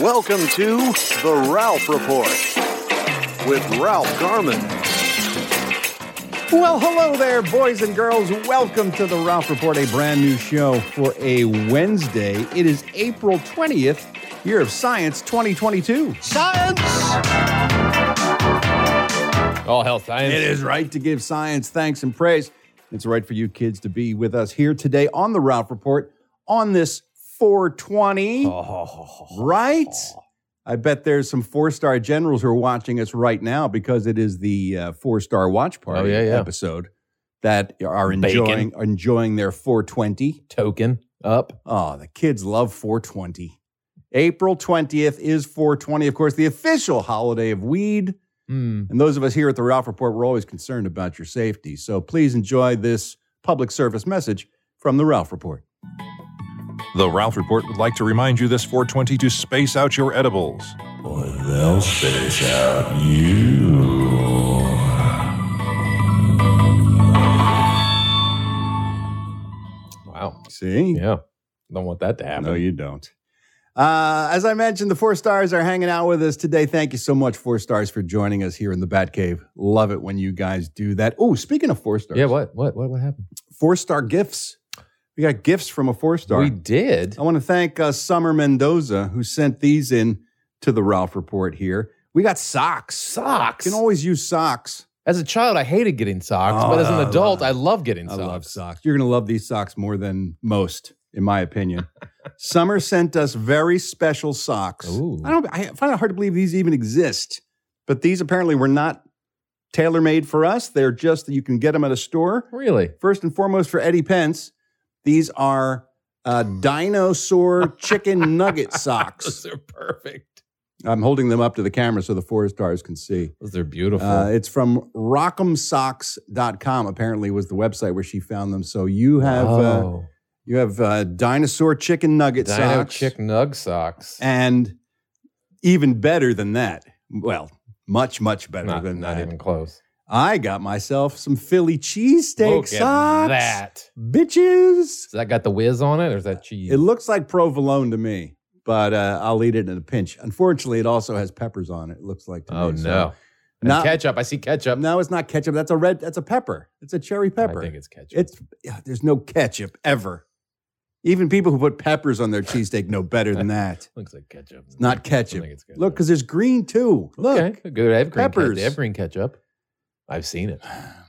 Welcome to The Ralph Report with Ralph Garman. Well, hello there, boys and girls. Welcome to the Ralph Report, a brand new show for a Wednesday. It is April 20th, Year of Science 2022. Science! All health science. It is right to give science thanks and praise. It's right for you kids to be with us here today on the Ralph Report on this 420. Oh, Right? I bet there's some four star generals who are watching us right now because it is the uh, four star watch party yeah, yeah. episode that are Bacon. enjoying are enjoying their 420. Token up. Oh, the kids love 420. April 20th is 420, of course, the official holiday of weed. Hmm. And those of us here at the Ralph Report, we're always concerned about your safety. So please enjoy this public service message from the Ralph Report. The Ralph Report would like to remind you this 420 to space out your edibles. Wow. See? Yeah. Don't want that to happen. No, you don't. Uh, as I mentioned, the four stars are hanging out with us today. Thank you so much, four stars, for joining us here in the Batcave. Love it when you guys do that. Oh, speaking of four stars, yeah. What? What? What? What happened? four star gifts. We got gifts from a four star. We did. I want to thank uh, Summer Mendoza who sent these in to the Ralph Report here. We got socks. Socks. You can always use socks. as a child, I hated getting socks, Oh, but as an I adult, love- I love getting socks. I love socks. You're going to love these socks more than most, in my opinion. Summer sent us very special socks. Ooh. I don't. I find it hard to believe these even exist, but these apparently were not tailor made for us. They're just that you can get them at a store. Really? First and foremost, for Eddie Pence, these are uh, dinosaur chicken nugget socks. Those are perfect. I'm holding them up to the camera so the four stars can see. Those are beautiful. Uh, it's from rock'emsocks.com. Apparently, was the website where she found them. So you have uh, oh, you have uh, dinosaur chicken nugget Dino socks, Chick Nug socks. and even better than that. Well, much much better Not, than not that. even close. I got myself some Philly cheesesteak Look at socks, that. bitches. Has that got the whiz on it, or is that cheese? It looks like provolone to me, but uh, I'll eat it in a pinch. Unfortunately, it also has peppers on it. It looks like to oh me, so- no! And Not- ketchup. I see ketchup. No, it's not ketchup. That's a red. That's a pepper. It's a cherry pepper. I think it's ketchup. It's yeah, there's no ketchup ever. Even people who put peppers on their cheesesteak know better than that. looks like ketchup. It's Not ketchup. Look, because there's green too. Look, okay. good. I have green peppers. Ketchup. They have green ketchup. I've seen it.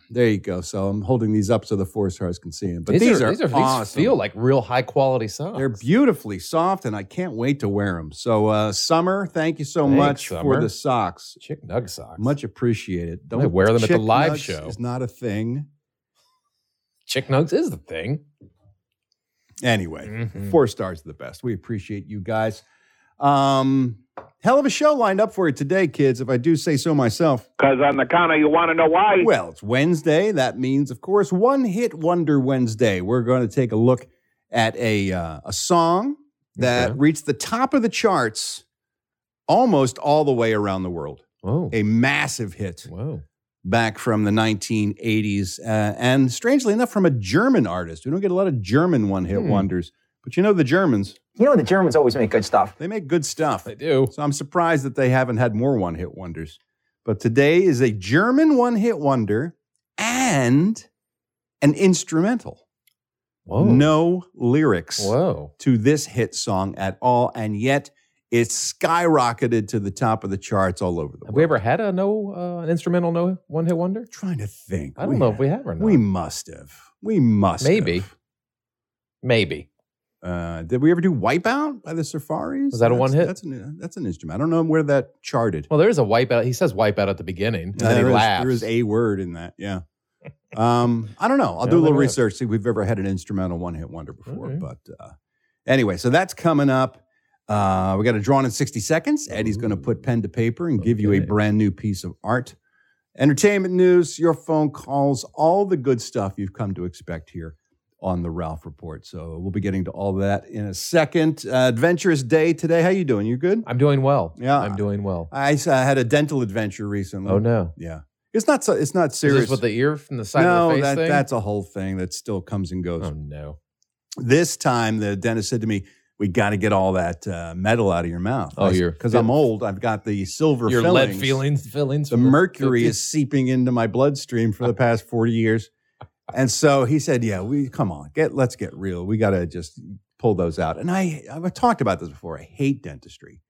there you go. So I'm holding these up so the four stars can see them. But these, these, are, these are these awesome. feel like real high quality socks. They're beautifully soft, and I can't wait to wear them. So uh, summer, thank you so Thanks, much for Summer. the socks. chick nug socks. Much appreciated. I wear them at the chick live nugs show. Is not a thing. chick nugs is the thing. Anyway, Mhm. Four stars are the best. We appreciate you guys. Um, hell of a show lined up for you today, kids, if I do say so myself. Because on the counter, you want to know why? Well, it's Wednesday. That means, of course, One Hit Wonder Wednesday. We're going to take a look at a, uh, a song that Okay. reached the top of the charts almost all the way around the world. Whoa. A massive hit Whoa. back from the 1980s. Uh, and strangely enough, from a German artist. We don't get a lot of German one hit Hmm. wonders, but you know the Germans. You know, the Germans always make good stuff. They make good stuff. They do. So I'm surprised that they haven't had more one hit wonders. But today is a German one hit wonder and an instrumental. Oh. Whoa. No lyrics Whoa. to this hit song at all. And yet it's skyrocketed to the top of the charts all over the Have world. we ever had a no uh, an instrumental no one hit wonder? trying to think. I don't know if we have or not. We must have. We must Maybe. have. Maybe. Uh, did we ever do Wipeout by the Safaris? Was that a That's- one-hit? That's an, that's an instrument. I don't know where that charted. Well, there is a wipeout. He says wipeout at the beginning, and Yeah, then he there is- laughs. there is a word in that. Yeah. Um, I don't know. I'll Yeah, do a there little is. research. Mm-hmm. See if we've ever had an instrumental one hit wonder before. right. But uh, anyway, so that's coming up. Uh, we got a drawn in 60 seconds. Eddie's going to put pen to paper and give you a okay. brand new piece of art. Entertainment news, your phone calls, all the good stuff you've come to expect here on the Ralph Report. So we'll be getting to all that in a second. Uh, adventurous day today. How you doing? You good? I'm doing well. Yeah. I'm doing well. I, s- I had a dental adventure recently. oh no. Yeah, it's not so. It's not Is serious. this with the ear from the side no, of the face that, thing? that's a whole thing that still comes and goes. oh no. This time, the dentist said to me, "We got to get all that uh, metal out of your mouth." Oh, you're- because I'm old. I've got the silver. Your fillings. lead feelings fillings. The mercury is seeping into my bloodstream for the past 40 years. And so he said, "Yeah, we come on, get let's get real. We got to just pull those out." And I I've talked about this before. I hate dentistry.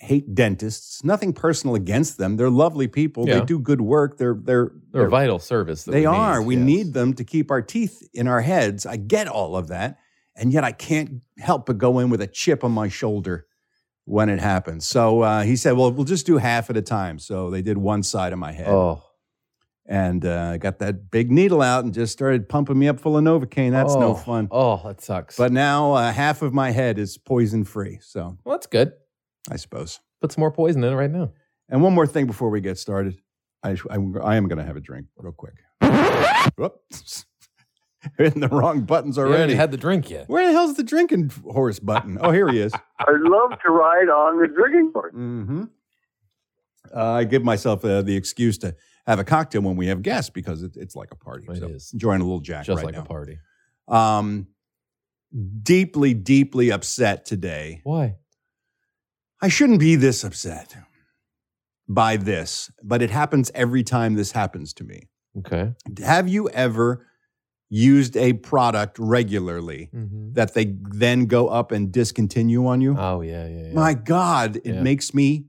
Hate dentists. Nothing personal against them. They're lovely people. They Yeah. do good work. They're they're They're a vital service. That they we are. Need. We yes. need them to keep our teeth in our heads. I get all of that. And yet I can't help but go in with a chip on my shoulder when it happens. So uh, he said, well, we'll just do half at a time. So they did one side of my head Oh, and uh, got that big needle out and just started pumping me up full of Novocaine. That's no Oh. fun. oh, that sucks. But now uh, half of my head is poison free. So well, that's good. I suppose. Put some more poison in it right now. And one more thing before we get started, I I, I am going to have a drink real quick. Whoops, hitting the wrong buttons You haven't already. even had the drink yet. Where the hell's the drinking horse button? Oh, here he is. I'd love to ride on the drinking horse. Mm-hmm. Uh, I give myself uh, the excuse to have a cocktail when we have guests because it, it's like a party. It so is. enjoying a little jack Just right like now. a party. Um, deeply, deeply upset today. Why? I shouldn't be this upset by this, but it happens every time this happens to me. Okay. Have you ever used a product regularly Mm-hmm. that they then go up and discontinue on you? Oh yeah, yeah, yeah. My God, it Yeah. makes me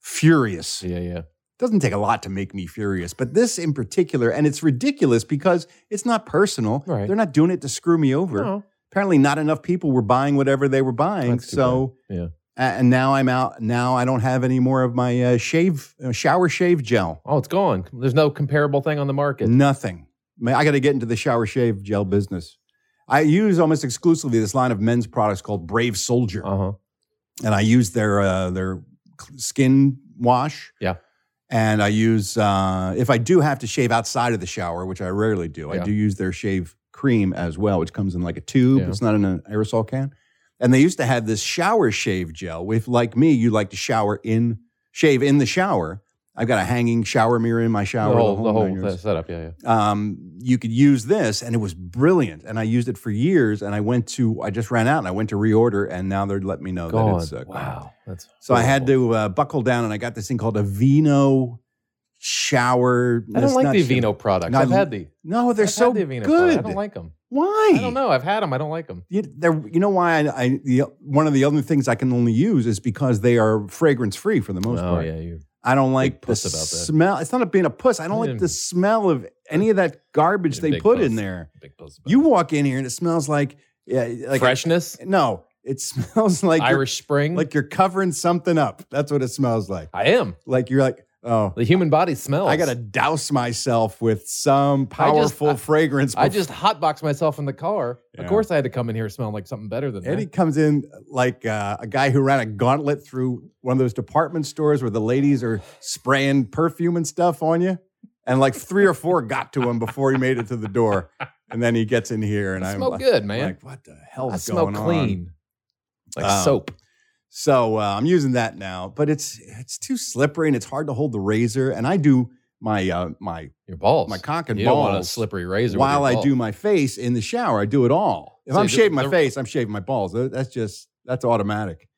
furious. yeah, yeah. Doesn't take a lot to make me furious, but this in particular, and it's ridiculous because it's not personal. Right. They're not doing it to screw me over. No. Apparently, not enough people were buying whatever they were buying. That's too So, bad. Yeah. a- and now I'm out. Now I don't have any more of my uh, shave, uh, shower shave gel. Oh, it's gone. There's no comparable thing on the market. Nothing. Man, I got to get into the shower shave gel business. I use almost exclusively this line of men's products called Brave Soldier, Uh huh. and I use their uh, their skin wash. Yeah. And I use uh, if I do have to shave outside of the shower, which I rarely do. I Yeah. do use their shave cream as well, which comes in like a tube. Yeah. It's not in an aerosol can. And they used to have this shower shave gel. If like me, you like to shower in shave in the shower. I've got a hanging shower mirror in my shower. the whole, whole the nine whole yards th- setup. Yeah, yeah. um, you could use this and it was brilliant and i used it for years and i went to i just ran out and i went to reorder and now they're letting me know that Gone. it's uh, gone. wow. That's so i had to uh, buckle down and i got this thing called a vino shower I it's don't like not the shower- Vino products. No, I've I- had the. no they're I've so had the Aveeno product. good I don't like them. why I don't know. I've had them. I don't like them. You, they're- you know why I, I the, one of the other things I can only use is because they are fragrance free for the most part. Oh, you. I don't like the puss about that. smell. It's not a, being a puss. I don't like Yeah. the smell of any of that garbage Yeah, they big put in puss. there. Big buzz about You it. walk in here and it smells like yeah, like freshness, no, it smells like you're- Irish Spring. like you're covering something up. That's what it smells like. I am. Like you're like, oh, Ah. The human body smells. I gotta douse myself with some I just- powerful I- fragrance. I bef- just hotboxed myself in the car. Yeah. Of course, I had to come in here smelling like something better than Eddie that. comes in like uh, a guy who ran a gauntlet through one of those department stores where the ladies are spraying perfume and stuff on you, and like three or four got to him before he made it to the door, and then he gets in here, and I I'm smell like, good, man. like, what the hell's I smell going on? clean, like Um, soap. So uh, I'm using that now, but it's it's too slippery and it's hard to hold the razor. And I do my uh, my Your balls, my cock and You don't want a balls slippery razor. with while your I ball. do my face in the shower. I do it all. If So I'm the- shaving my the- face, I'm shaving my balls. Tha- That's just that's automatic.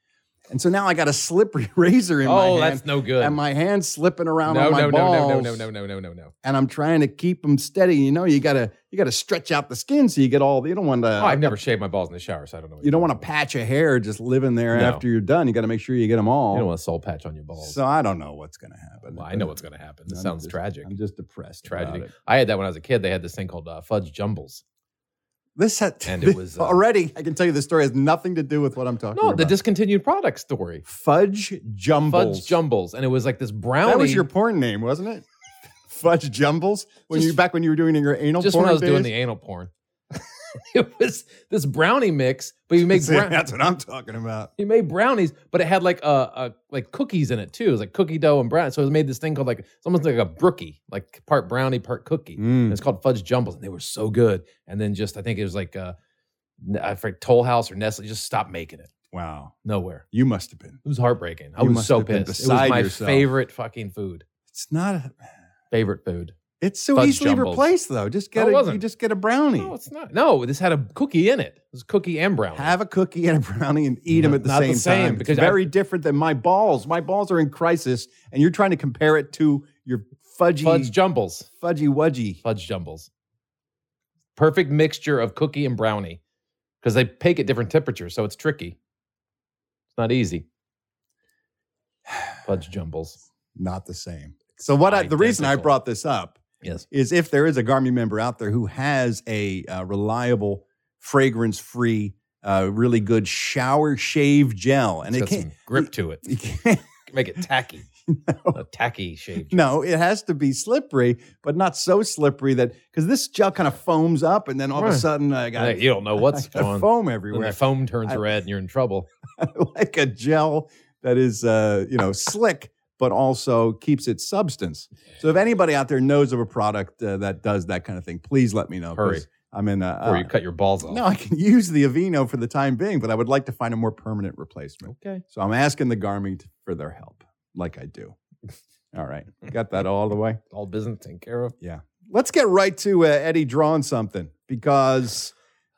And so now I got a slippery razor in my oh, hand, that's no good. and my hand's slipping no, around no, on my no, balls. no, no, no, no, no, no, no, no. And I'm trying to keep them steady. You know, you gotta you gotta stretch out the skin so you get all. You don't want to. Oh, I've never shaved my balls in the shower, so I don't know. Uh, what You you're don't want a talking patch of hair just living there No. after you're done. You got to make sure you get them all. about. You don't want a soul patch on your balls. So I don't know what's going to happen. Well, I know what's going to happen. This I'm sounds just- tragic. I'm just depressed. Tragedy. About it. I had that when I was a kid. They had this thing called uh, fudge jumbles. This had, And it was, uh, already. I can tell you the story has nothing to do with what I'm talking No, about. the discontinued product story. fudge jumbles. Fudge jumbles, and it was like this brownie. That was your porn name, wasn't it? fudge jumbles. When you Just- back when you were doing your anal just porn when I was doing the days? anal porn. it was this brownie mix, but you make See, brown, that's what I'm talking about. he made brownies, but it had like a, a like cookies in it too. It was like cookie dough and brown. So it made this thing called like it's almost like a brookie, like part brownie, part cookie. Mm. Hmm. And it's called fudge jumbles, and they were so good. And then just I think it was like uh, n- I forget Toll House or Nestle just stopped making it. Wow, Nowhere. you must have been. It was heartbreaking. I You was must so have been pissed. It was beside my yourself. favorite fucking food. It's not. A, Favorite food. it's so Fudge easily jumbles. replaced though. Just get No, it a, you wasn't. just get a brownie. No, it's not. No, this had a cookie in it. It was cookie and brownie. Have a cookie and a brownie and eat them at the Not the same, same, time. because it's I- very different than my balls. My balls are in crisis, and you're trying to compare it to your fudgy, fudge jumbles. fudgy wudgy. fudge jumbles. Perfect mixture of cookie and brownie because they bake at different temperatures, so it's tricky. It's not easy. Fudge jumbles. Not the same. So what? I, the reason I Identical. brought this up Yes. is if there is a Garmin member out there who has a uh, reliable, fragrance-free, uh, really good shower shave gel, and it's it got can't, some grip to it. you can't. Make it tacky. A tacky shape. No, it has to be slippery, but not so slippery that because this gel kind of foams up, and then all of a Right. sudden I got you don't know what's I got going on. foam Then everywhere. the foam turns I- red and you're in trouble. like a gel that is uh, you know slick but also keeps its substance so if anybody out there knows of a product uh, that does that kind of thing please let me know 'cause Hurry. i'm in a uh, Or you cut your balls off. no i can use the avino for the time being but i would like to find a more permanent replacement Okay. so i'm asking the garmin t- for their help like i do all right got that all the way All business taken care of. let's get right to uh, eddie drawing something because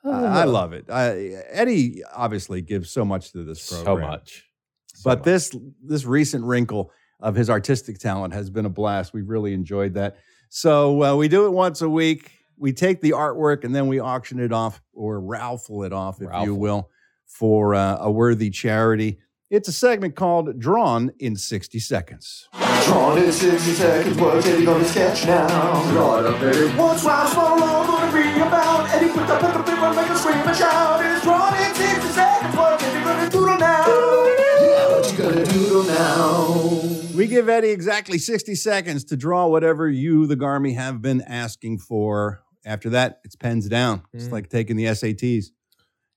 Oh, uh, i love it I, eddie obviously gives so much to this so program much. So but much. this this recent wrinkle of his artistic talent has been a blast. We've really enjoyed that. So uh, we do it once a week. We take the artwork and then we auction it off or raffle it off, if you Raffle. will, for uh, a worthy charity. It's a segment called Drawn in 60 Seconds. Drawn in 60 seconds, what's Eddie gonna sketch now? Draw it up, baby. What's life's what all gonna be about? Eddie put the pen to paper, make a scream and shout. It's drawn in 60 seconds, what's Eddie gonna doodle now? Yeah, what you gonna doodle now? We give Eddie exactly 60 seconds to draw whatever you, the Garmy, have been asking for. After that, it's pens down. It's Mm. like taking the SATs.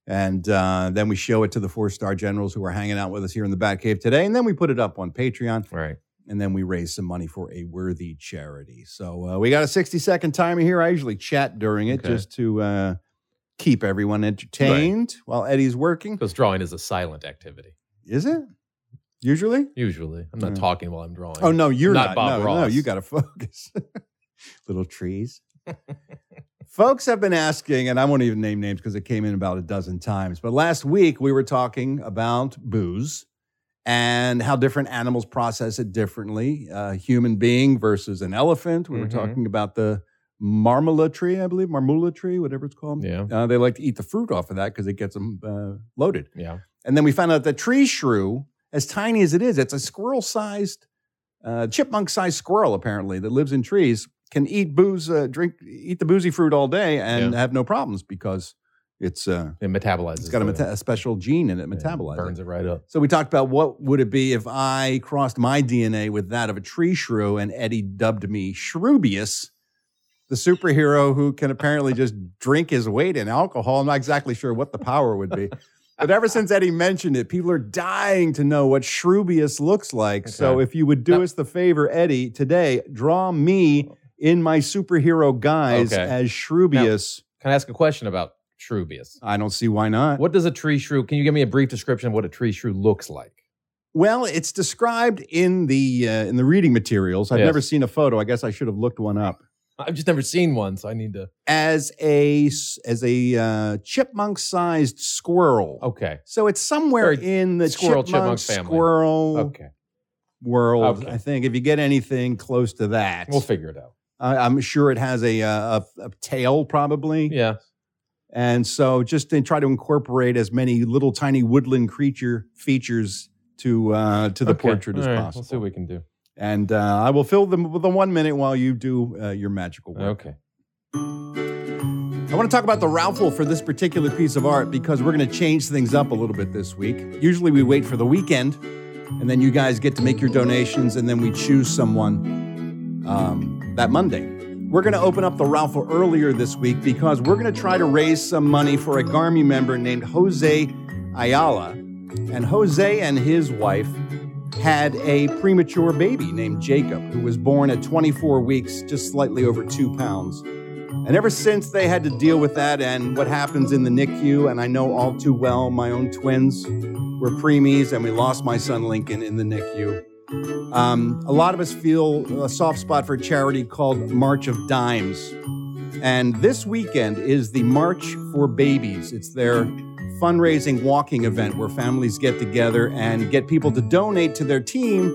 And uh, then we show it to the four star generals who are hanging out with us here in the Batcave today. And then we put it up on Patreon Right. and then we raise some money for a worthy charity. So uh, we got a 60 second timer here. I usually chat during it Okay. just to uh, keep everyone entertained while Eddie's working. Because drawing is a silent activity, Is it? Usually? usually. I'm not Yeah. talking while I'm drawing. Oh no, you're not. Not Bob no, no, Ross. you got to focus. Little trees. Folks have been asking, and I won't even name names because it came in about a dozen times. But last week we were talking about booze and how different animals process it differently. Uh, human being versus an elephant. We were Mhm. talking about the marmula tree, I believe, marmula tree, whatever it's called. Yeah. Uh, they like to eat the fruit off of that because it gets them uh, loaded. Yeah. And then we found out the tree shrew, as tiny as it is, it's a squirrel sized, uh, chipmunk sized squirrel, apparently, that lives in trees, can eat booze, uh, drink, eat the boozy fruit all day and Yeah. have no problems because it's, uh, It metabolizes. it's got a, the- meta- a special gene in it, yeah, metabolizes. Burns it right up. So we talked about what would it be if I crossed my DNA with that of a tree shrew and Eddie dubbed me Shrubius, the superhero who can apparently just drink his weight in alcohol. I'm not exactly sure what the power would be. But ever since Eddie mentioned it, people are dying to know what Shrubius looks like. So Okay. if you would do Now- us the favor, Eddie, today, draw me in my superhero guise Okay. as Shrubius. Can I ask a question about Shrubius? I don't see why not. What does a tree shrew? Can you give me a brief description of what a tree shrew looks like? Well, it's described in the uh, in the reading materials. I've Yes. never seen a photo. I guess I should have looked one up. I've just never seen one, so I need to. As a s- as a uh, chipmunk sized squirrel. Okay. So it's somewhere Oh. Or in the squirrel chipmunk, chipmunk family. squirrel Okay. world. Okay. I think if you get anything close to that, We'll figure it out. I, I'm sure it has a, uh, a a tail probably. Yeah. And so just to try to incorporate as many little tiny woodland creature features to uh, to the Okay. portrait as All right. possible. We'll see what we can do. And uh, I will fill them with the one minute while you do uh, your magical work. Okay. I want to talk about the raffle for this particular piece of art because we're going to change things up a little bit this week. Usually we wait for the weekend, and then you guys get to make your donations, and then we choose someone um, that Monday. We're going to open up the raffle earlier this week because we're going to try to raise some money for a Garmy member named Jose Ayala. And Jose and his wife had a premature baby named Jacob, who was born at 24 weeks, just slightly over two pounds. And ever since they had to deal with that and what happens in the NICU, and I know all too well, my own twins were preemies, and we lost my son Lincoln in the NICU. Um, a lot of us feel a soft spot for a charity called March of Dimes. And this weekend is the March for Babies. It's their fundraising walking event where families get together and get people to donate to their team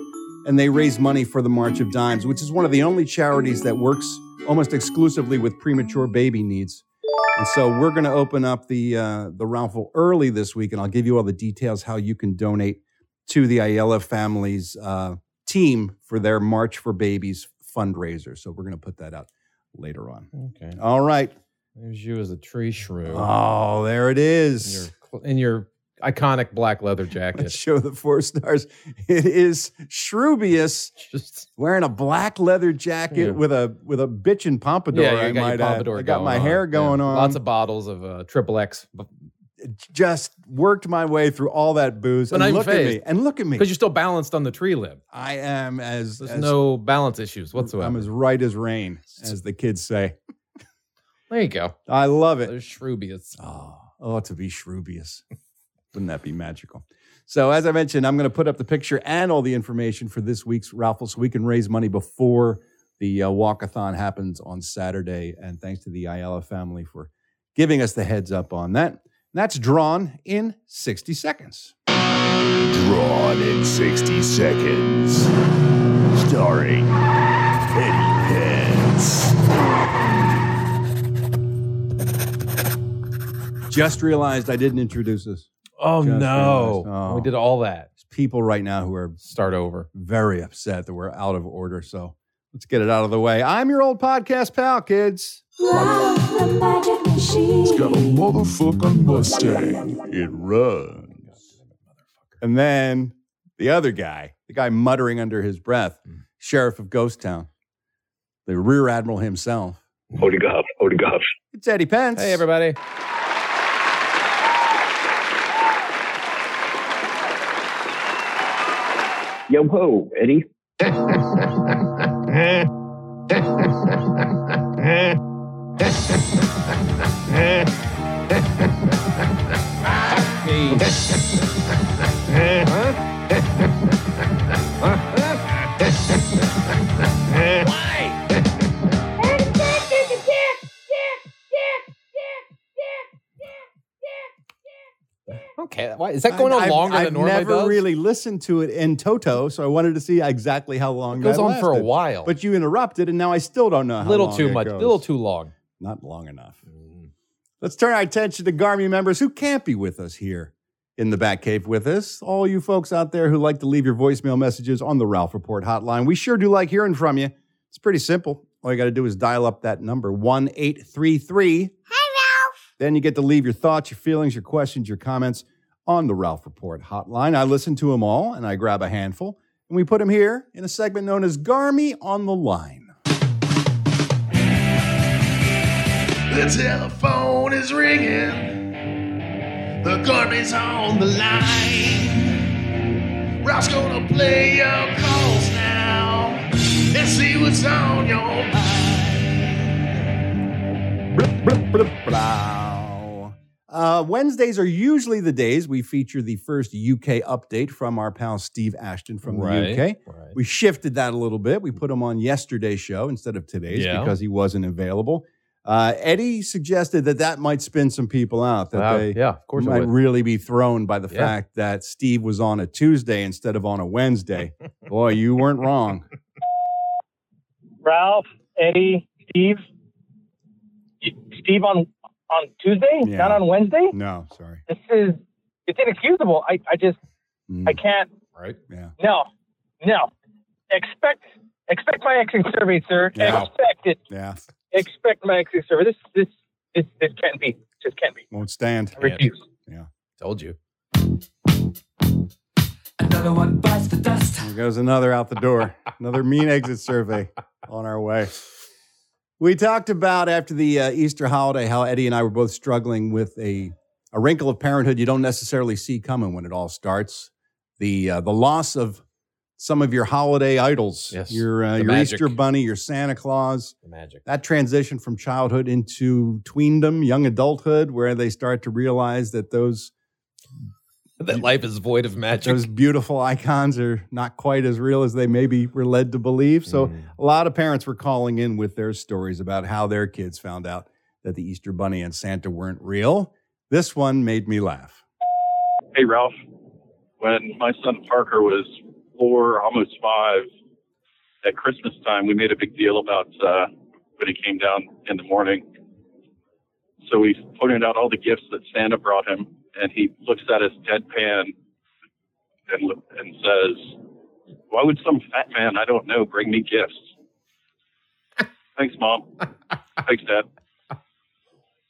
and they raise money for the March of Dimes, which is one of the only charities that works almost exclusively with premature baby needs. And so we're going to open up the uh, the raffle early this week, and I'll give you all the details how you can donate to the Ayala family's uh, team for their March for Babies fundraiser. So we're going to put that out later on. Okay. All right. There's you as a tree shrew. Oh, there it in, your, is. cl- in your iconic black leather Let's jacket. show the four stars. It is Shrubius Just wearing a black leather jacket Yeah. with a with a bitchin pompadour. yeah, I you got might your pompadour add. I got going my on. hair Yeah. going on. Lots of bottles of uh, triple X just worked my way through all that booze. But and I'm look phased. at me. And look at me. because you're still balanced on the tree limb. I am as, There's as no balance issues whatsoever. I'm as right as rain, as the kids say. there you go. I love it. There's Shrubius. Oh, oh, to be Shrubius. Wouldn't that be magical? So, as I mentioned, I'm going to put up the picture and all the information for this week's raffle so we can raise money before the uh, walkathon happens on Saturday. And thanks to the Ayala family for giving us the heads up on that. That's drawn in 60 seconds. Drawn in 60 seconds. Starring Eddie Pence. Just realized I didn't introduce us. Oh Just no! realized. Oh. We did all that. There's people right now who are Start over. very upset that we're out of order. So let's get it out of the way. I'm your old podcast pal, kids. It's got a motherfucking Mustang. It runs. And then the other guy, the guy muttering under his breath, Hmm. sheriff of Ghost Town, the rear admiral himself. Holy God, holy God. It's Eddie Pence. Hey everybody! Yo ho, Eddie. Okay, why is that going on I've- longer I've than normally never does? really listened to it in toto, so I wanted to see exactly how long it goes that on for a lasted. while, but But you interrupted, and now I still don't know a how little long too it much, a goes. little too long. Not long enough. Let's turn our attention to Garmy members who can't be with us here in the back cave with us. All you folks out there who like to leave your voicemail messages on the Ralph Report hotline, we sure do like hearing from you. It's pretty simple. All you got to do is dial up that number one eight three three. Hi Ralph. Then you get to leave your thoughts, your feelings, your questions, your comments on the Ralph Report hotline. I listen to them all and I grab a handful and we put them here in a segment known as Garmy on the Line. The telephone is ringing. The garbage on the line. Ralph's gonna play your calls now and see what's on your mind. Blah. Uh, Wednesdays are usually the days we feature the first UK update from our pal Steve Ashton from Right. the UK. Right. We shifted that a little bit. We put him on yesterday's show instead of today's Yeah. because he wasn't available. Uh, Eddie suggested that that might spin some people out that Wow, they yeah, of course. I might would. really be thrown by the Yeah. fact that Steve was on a Tuesday instead of on a Wednesday. Boy, you weren't wrong. Ralph, Eddie, Steve. You- Steve on on Tuesday, Yeah. not on Wednesday. No, sorry. This is it's inexcusable. I, I just I Mm, can't. right? yeah. No, no. Expect expect my exit survey, sir. Yeah. Expect it. Yeah. Expect my exit survey. This this this this can't be. Just can't be. Won't stand. I refuse. Told you. Another one bites the dust. There goes another out the door. another mean exit survey on our way. We talked about after the uh, Easter holiday how Eddie and I were both struggling with a, a wrinkle of parenthood you don't necessarily see coming when it all starts the uh, the loss of some of your holiday idols, Yes, your uh, the your magic. Easter bunny, your Santa Claus. The magic. That transition from childhood into tweendom, young adulthood, where they start to realize that those that life is void of magic. those beautiful icons are not quite as real as they maybe were led to believe. Mm-hmm. So Mm. a lot of parents were calling in with their stories about how their kids found out that the Easter Bunny and Santa weren't real. This one made me laugh. Hey, Ralph. When my son Parker was four, almost five, at Christmas time, we made a big deal about uh, when he came down in the morning. So we pointed out all the gifts that Santa brought him, and he looks at us deadpan and, lo- and says, Why would some fat man I don't know bring me gifts? Thanks, Mom. Thanks, Dad.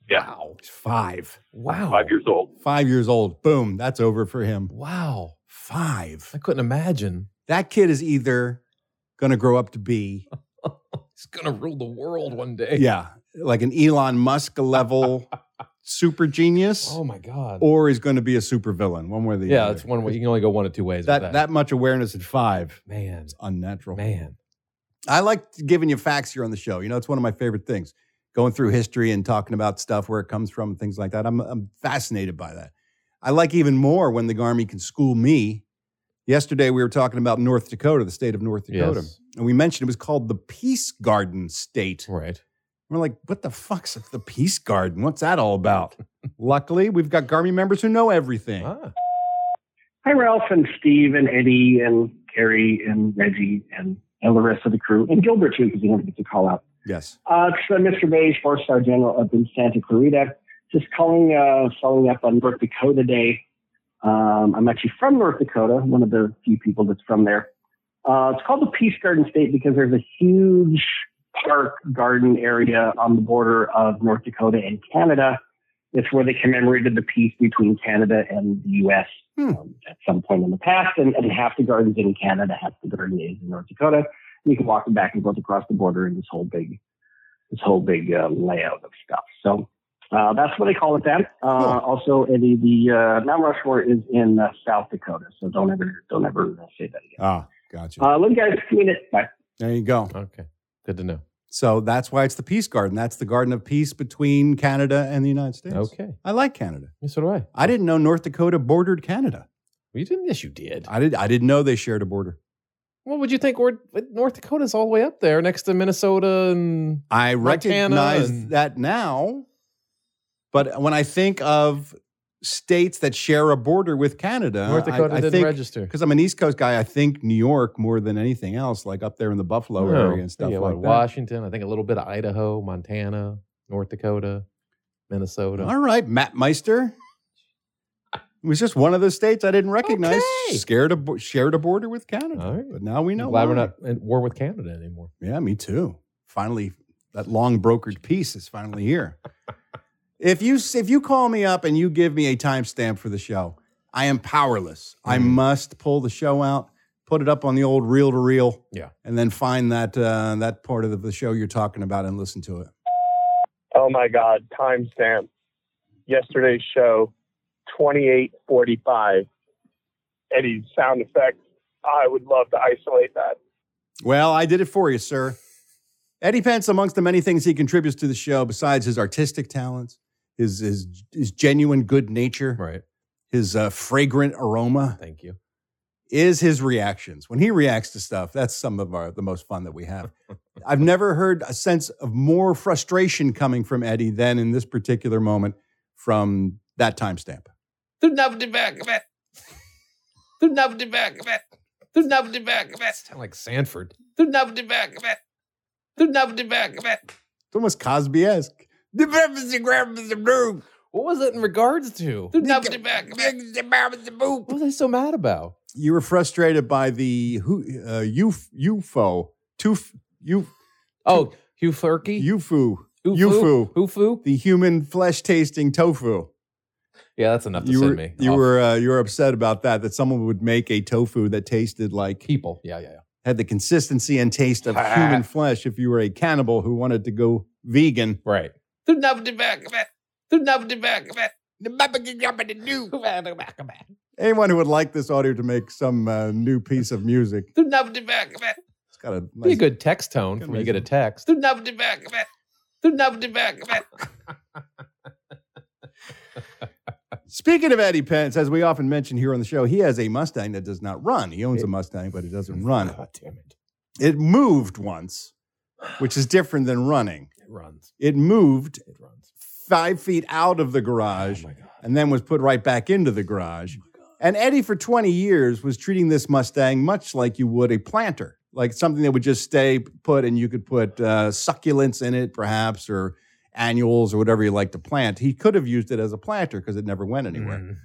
Yeah, Wow. He's five. Wow. five years old. Five years old. Boom. That's over for him. Wow. Five. I couldn't imagine. That kid is either going to grow up to be, He's gonna rule the world one day. yeah, like an Elon Musk level super genius, Oh my god. or he's going to be a super villain, one way or the yeah, other. that's one way. You can only go one of two ways. that, with that much awareness at five man, is unnatural. man. I like giving you facts here on the show. You know, it's one of my favorite things. Going through history and talking about stuff where it comes from, things like that. I'm I'm fascinated by that. I like even more when the army can school me. Yesterday we were talking about North Dakota, the state of North Dakota, Yes. and we mentioned it was called the Peace Garden State. Right. We're like, what the fuck's the Peace Garden? What's that all about? Luckily, we've got Garmy members who know everything. Ah, Hi, Ralph and Steve and Eddie and Carrie and Reggie and, and the rest of the crew and Gilbert too because he never gets a call out. Yes. Uh, it's uh, Mr. Beige, four-star general up in Santa Clarita. Just calling, uh, following up on North Dakota Day. Um, I'm actually from North Dakota, one of the few people that's from there. Uh, it's called the Peace Garden State because there's a huge park garden area on the border of North Dakota and Canada. It's where they commemorated the peace between Canada and the U.S. Hmm. um, at some point in the past, and, and half the gardens in Canada, half the garden is in North Dakota. You can walk back and forth across the border in this whole big this whole big uh, layout of stuff. So uh, that's what they call it then. Uh, Also, Eddie, the uh, Mount Rushmore is in uh, South Dakota, so don't ever don't ever uh, say that again. Ah, gotcha. Uh, love you guys. See you in it. Bye. there you go. okay. Good to know. So that's why it's the Peace Garden. That's the garden of peace between Canada and the United States. Okay. I like Canada. Yeah, So do I. Well, I didn't know North Dakota bordered Canada. you didn't. Yes, you did. I did I didn't know they shared a border. What would you think? Or but North Dakota's all the way up there, next to Minnesota, and I Montana recognize and- that now, but when I think of states that share a border with Canada, North Uh, I- Dakota I, didn't think register. because I'm an East Coast guy, I think New York more than anything else, like up there in the Buffalo No. area and stuff Yeah, like that. Washington. I think a little bit of Idaho, Montana, North Dakota, Minnesota. All right, Matt Meister. It was just one of those states I didn't recognize. Okay. Scared a bo- shared a border with Canada, All right. but now we I'm know. glad why. we're not at war with Canada anymore. Yeah, me too. Finally, that long brokered piece is finally here. if you if you call me up and you give me a timestamp for the show, I am powerless. I Mm. must pull the show out, put it up on the old reel to reel, Yeah. and then find that uh, that part of the show you're talking about and listen to it. Oh my God, timestamp. Yesterday's show, 2845. Eddie's sound effect. I would love to isolate that. Well, I did it for you, sir. Eddie Pence, amongst the many things he contributes to the show, besides his artistic talents, his his, his genuine good nature, Right. his uh, fragrant aroma, Thank you. is his reactions. When he reacts to stuff, that's some of our the most fun that we have. I've never heard a sense of more frustration coming from Eddie than in this particular moment from that timestamp. Do not back of it. Do not back of it. Do not back of it. Sound like Sanford. Do not back of it. Do not back of it. It's almost Cosby-esque. The What was it in regards to? Do not back of it. What was I so mad about? You were frustrated by the who uh, Uf, UFO, Tuf, Uf, Oh, Hugh Furkey? UFO, Hufu? Ufu. Hufu? the human flesh tasting tofu. Yeah, that's enough to You send were me. you off. were uh, you were upset about that that someone would make a tofu that tasted like people. Yeah, yeah, yeah. had the consistency and taste of human flesh if you were a cannibal who wanted to go vegan. Right. Anyone who would like this audio to make some uh, new piece of music, Be it's got a a nice good text tone for when you get a text. Speaking of Eddie Pence, as we often mention here on the show, he has a Mustang that does not run. He owns a Mustang, but it doesn't run. God Ah, damn it. It moved once, which is different than running. It runs. It moved It runs. five feet out of the Oh garage my God. Oh and then was put right back into the garage. And Eddie, for 20 years, was treating this Mustang much like you would a planter, like something that would just stay put and you could put uh, succulents in it, perhaps, or annuals or whatever you like to plant. He could have used it as a planter because it never went Mm-hmm. anywhere.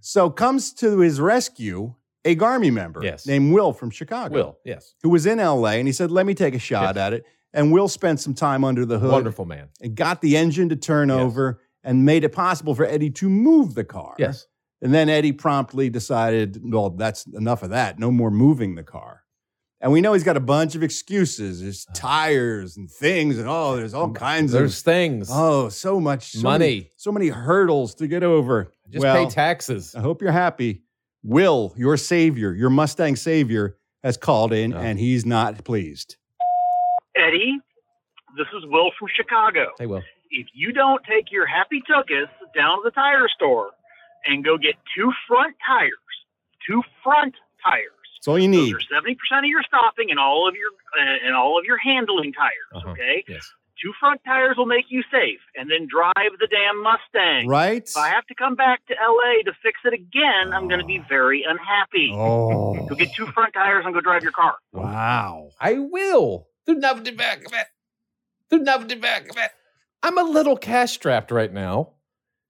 So comes to his rescue a Garmy member Yes. named Will from Chicago, Will. Yes. who was in LA, and he said, "Let me take a shot at it." And Will spent some time under the hood Wonderful man. and got the engine to turn Yes. over and made it possible for Eddie to move the car. Yes. And then Eddie promptly decided, well, that's enough of that. No more moving the car. And we know he's got a bunch of excuses. There's tires and things, and oh, there's all kinds Uh-huh. There's things. of oh, so much so many- Money. so many hurdles to get over. Just well, pay taxes. I hope you're happy. Will, your savior, your Mustang savior, has called in, Oh. and he's not pleased. Eddie, this is Will from Chicago. Hey, Will. If you don't take your happy tuckus down to the tire store and go get two front tires, two front tires, That's all you those need. are seventy percent of your stopping and all of your uh, and all of your handling tires. Uh-huh. Okay, Yes. two front tires will make you safe, and then drive the damn Mustang. Right? If I have to come back to LA to fix it again, I'm going to be very unhappy. Oh, Go get two front tires and go drive your car. wow. I will. I'm a little cash strapped right now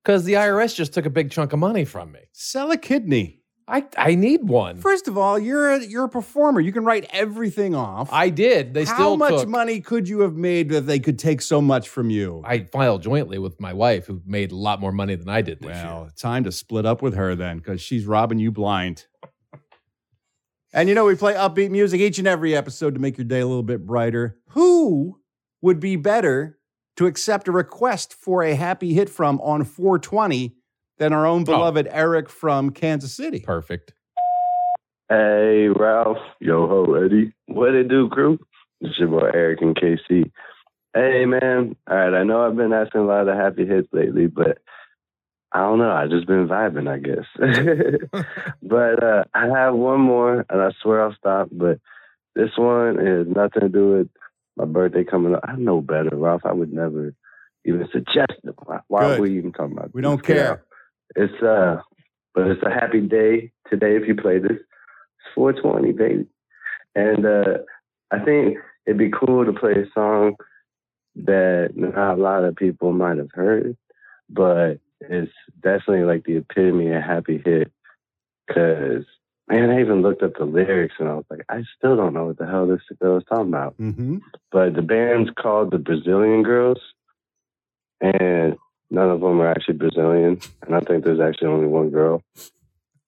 because the IRS just took a big chunk of money from me. Sell a kidney. I, I need one. First of all, you're a, you're a performer. You can write everything off. I did. They How still much took. money could you have made that they could take so much from you? I filed jointly with my wife, who made a lot more money than I did this well, time to split up with her then, because she's robbing you blind. and you know we play upbeat music each and every episode to make your day a little bit brighter. Who would be better to accept a request for a happy hit from on 420 than our Oh. own beloved Eric from Kansas City? year. Perfect. Hey, Ralph. Yo ho, Eddie. What it do, crew? It's your boy Eric and KC. Hey, man. All right, I know I've been asking a lot of happy hits lately, but I don't know. i just been vibing, I guess. but uh, I have one more, and I swear I'll stop. But this one has nothing to do with my birthday coming up. I know better, Ralph. I would never even suggest it. Why, why Good. are we even talking about We this? don't Get care. out. It's uh, but it's a happy day today if you play this. It's 420, baby. And uh, I think it'd be cool to play a song that not a lot of people might have heard, but it's definitely like the epitome of happy hit. Cause man, I even looked up the lyrics and I was like, I still don't know what the hell this girl is talking about Mm-hmm. but the band's called the Brazilian Girls, and none of them are actually Brazilian. And I think there's actually only one girl.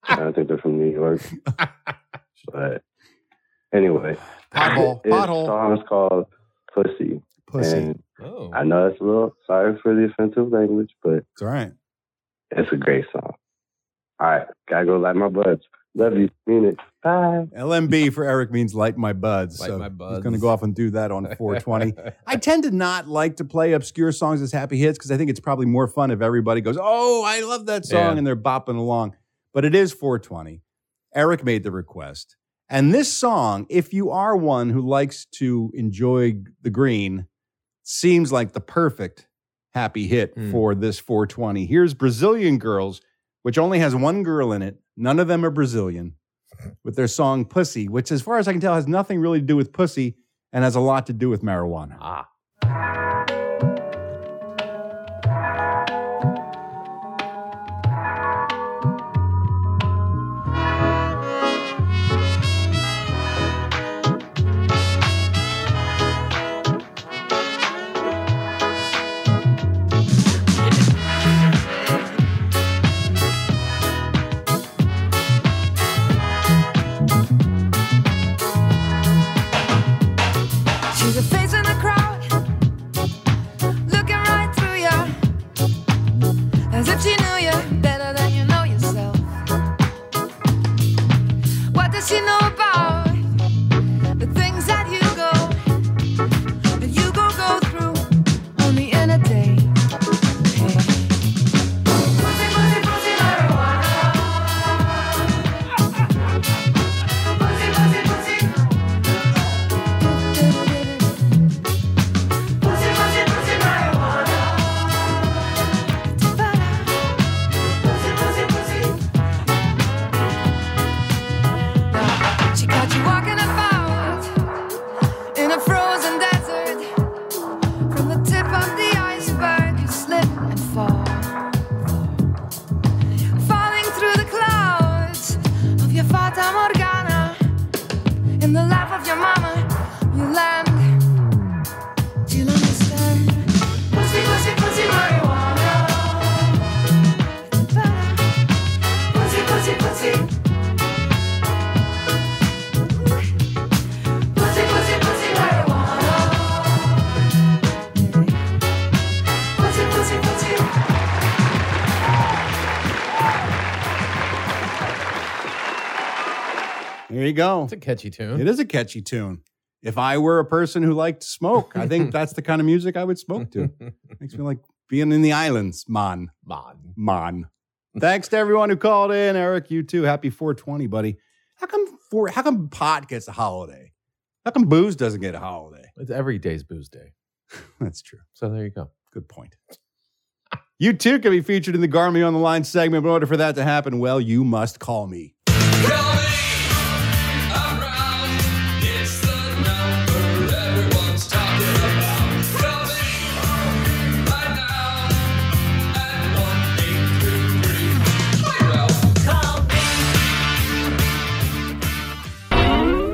And I think they're from New York. But anyway, Pothole. this Pothole. song is called Pussy. Pussy. And Oh. I know that's a little sorry for the offensive language, but It's all right. it's a great song. All right, gotta go light my buds. Love you. Mean it. Bye. LMB for Eric means light my buds. Light so my He's going to buds. go off and do that on 420. I tend to not like to play obscure songs as happy hits because I think it's probably more fun if everybody goes, "Oh, I love that song," Yeah. and they're bopping along. But it is 420. Eric made the request, and this song, if you are one who likes to enjoy the green, seems like the perfect happy hit Hmm. for this 420. Here's Brazilian Girls, which only has one girl in it. None of them are Brazilian. With their song "Pussy," which, as far as I can tell, has nothing really to do with pussy and has a lot to do with marijuana. ah. There's a face in the crowd, looking right through you, as if she knew you better than you know yourself. What does she know about the things that you go, that you go go through on the inner day? She got you walking about in a frozen desert. From the tip of the iceberg, you slip and fall. Falling through the clouds of your Fata Morgana. In the lap of your mama, you land. Do you understand? Pussy, pussy, pussy, marijuana. Pussy, pussy, pussy. Pussy, pussy, pussy, marijuana. Pussy, pussy, pussy. There you go. It's a catchy tune. It is a catchy tune. If I were a person who liked to smoke, I think that's the kind of music I would smoke to. Makes me like being in the islands, man. Man. Man. Thanks to everyone who called in. Eric, you too. Happy 420, buddy. How come four, how come pot gets a holiday? How come booze doesn't get a holiday? It's every day's booze day. That's true. So there you go. Good point. You too can be featured in the Garmy on the Line segment. But in order for that to happen, well, you must call me. It's the number everyone's talking about. Call me right now at one eight two three. Hey Ralph, call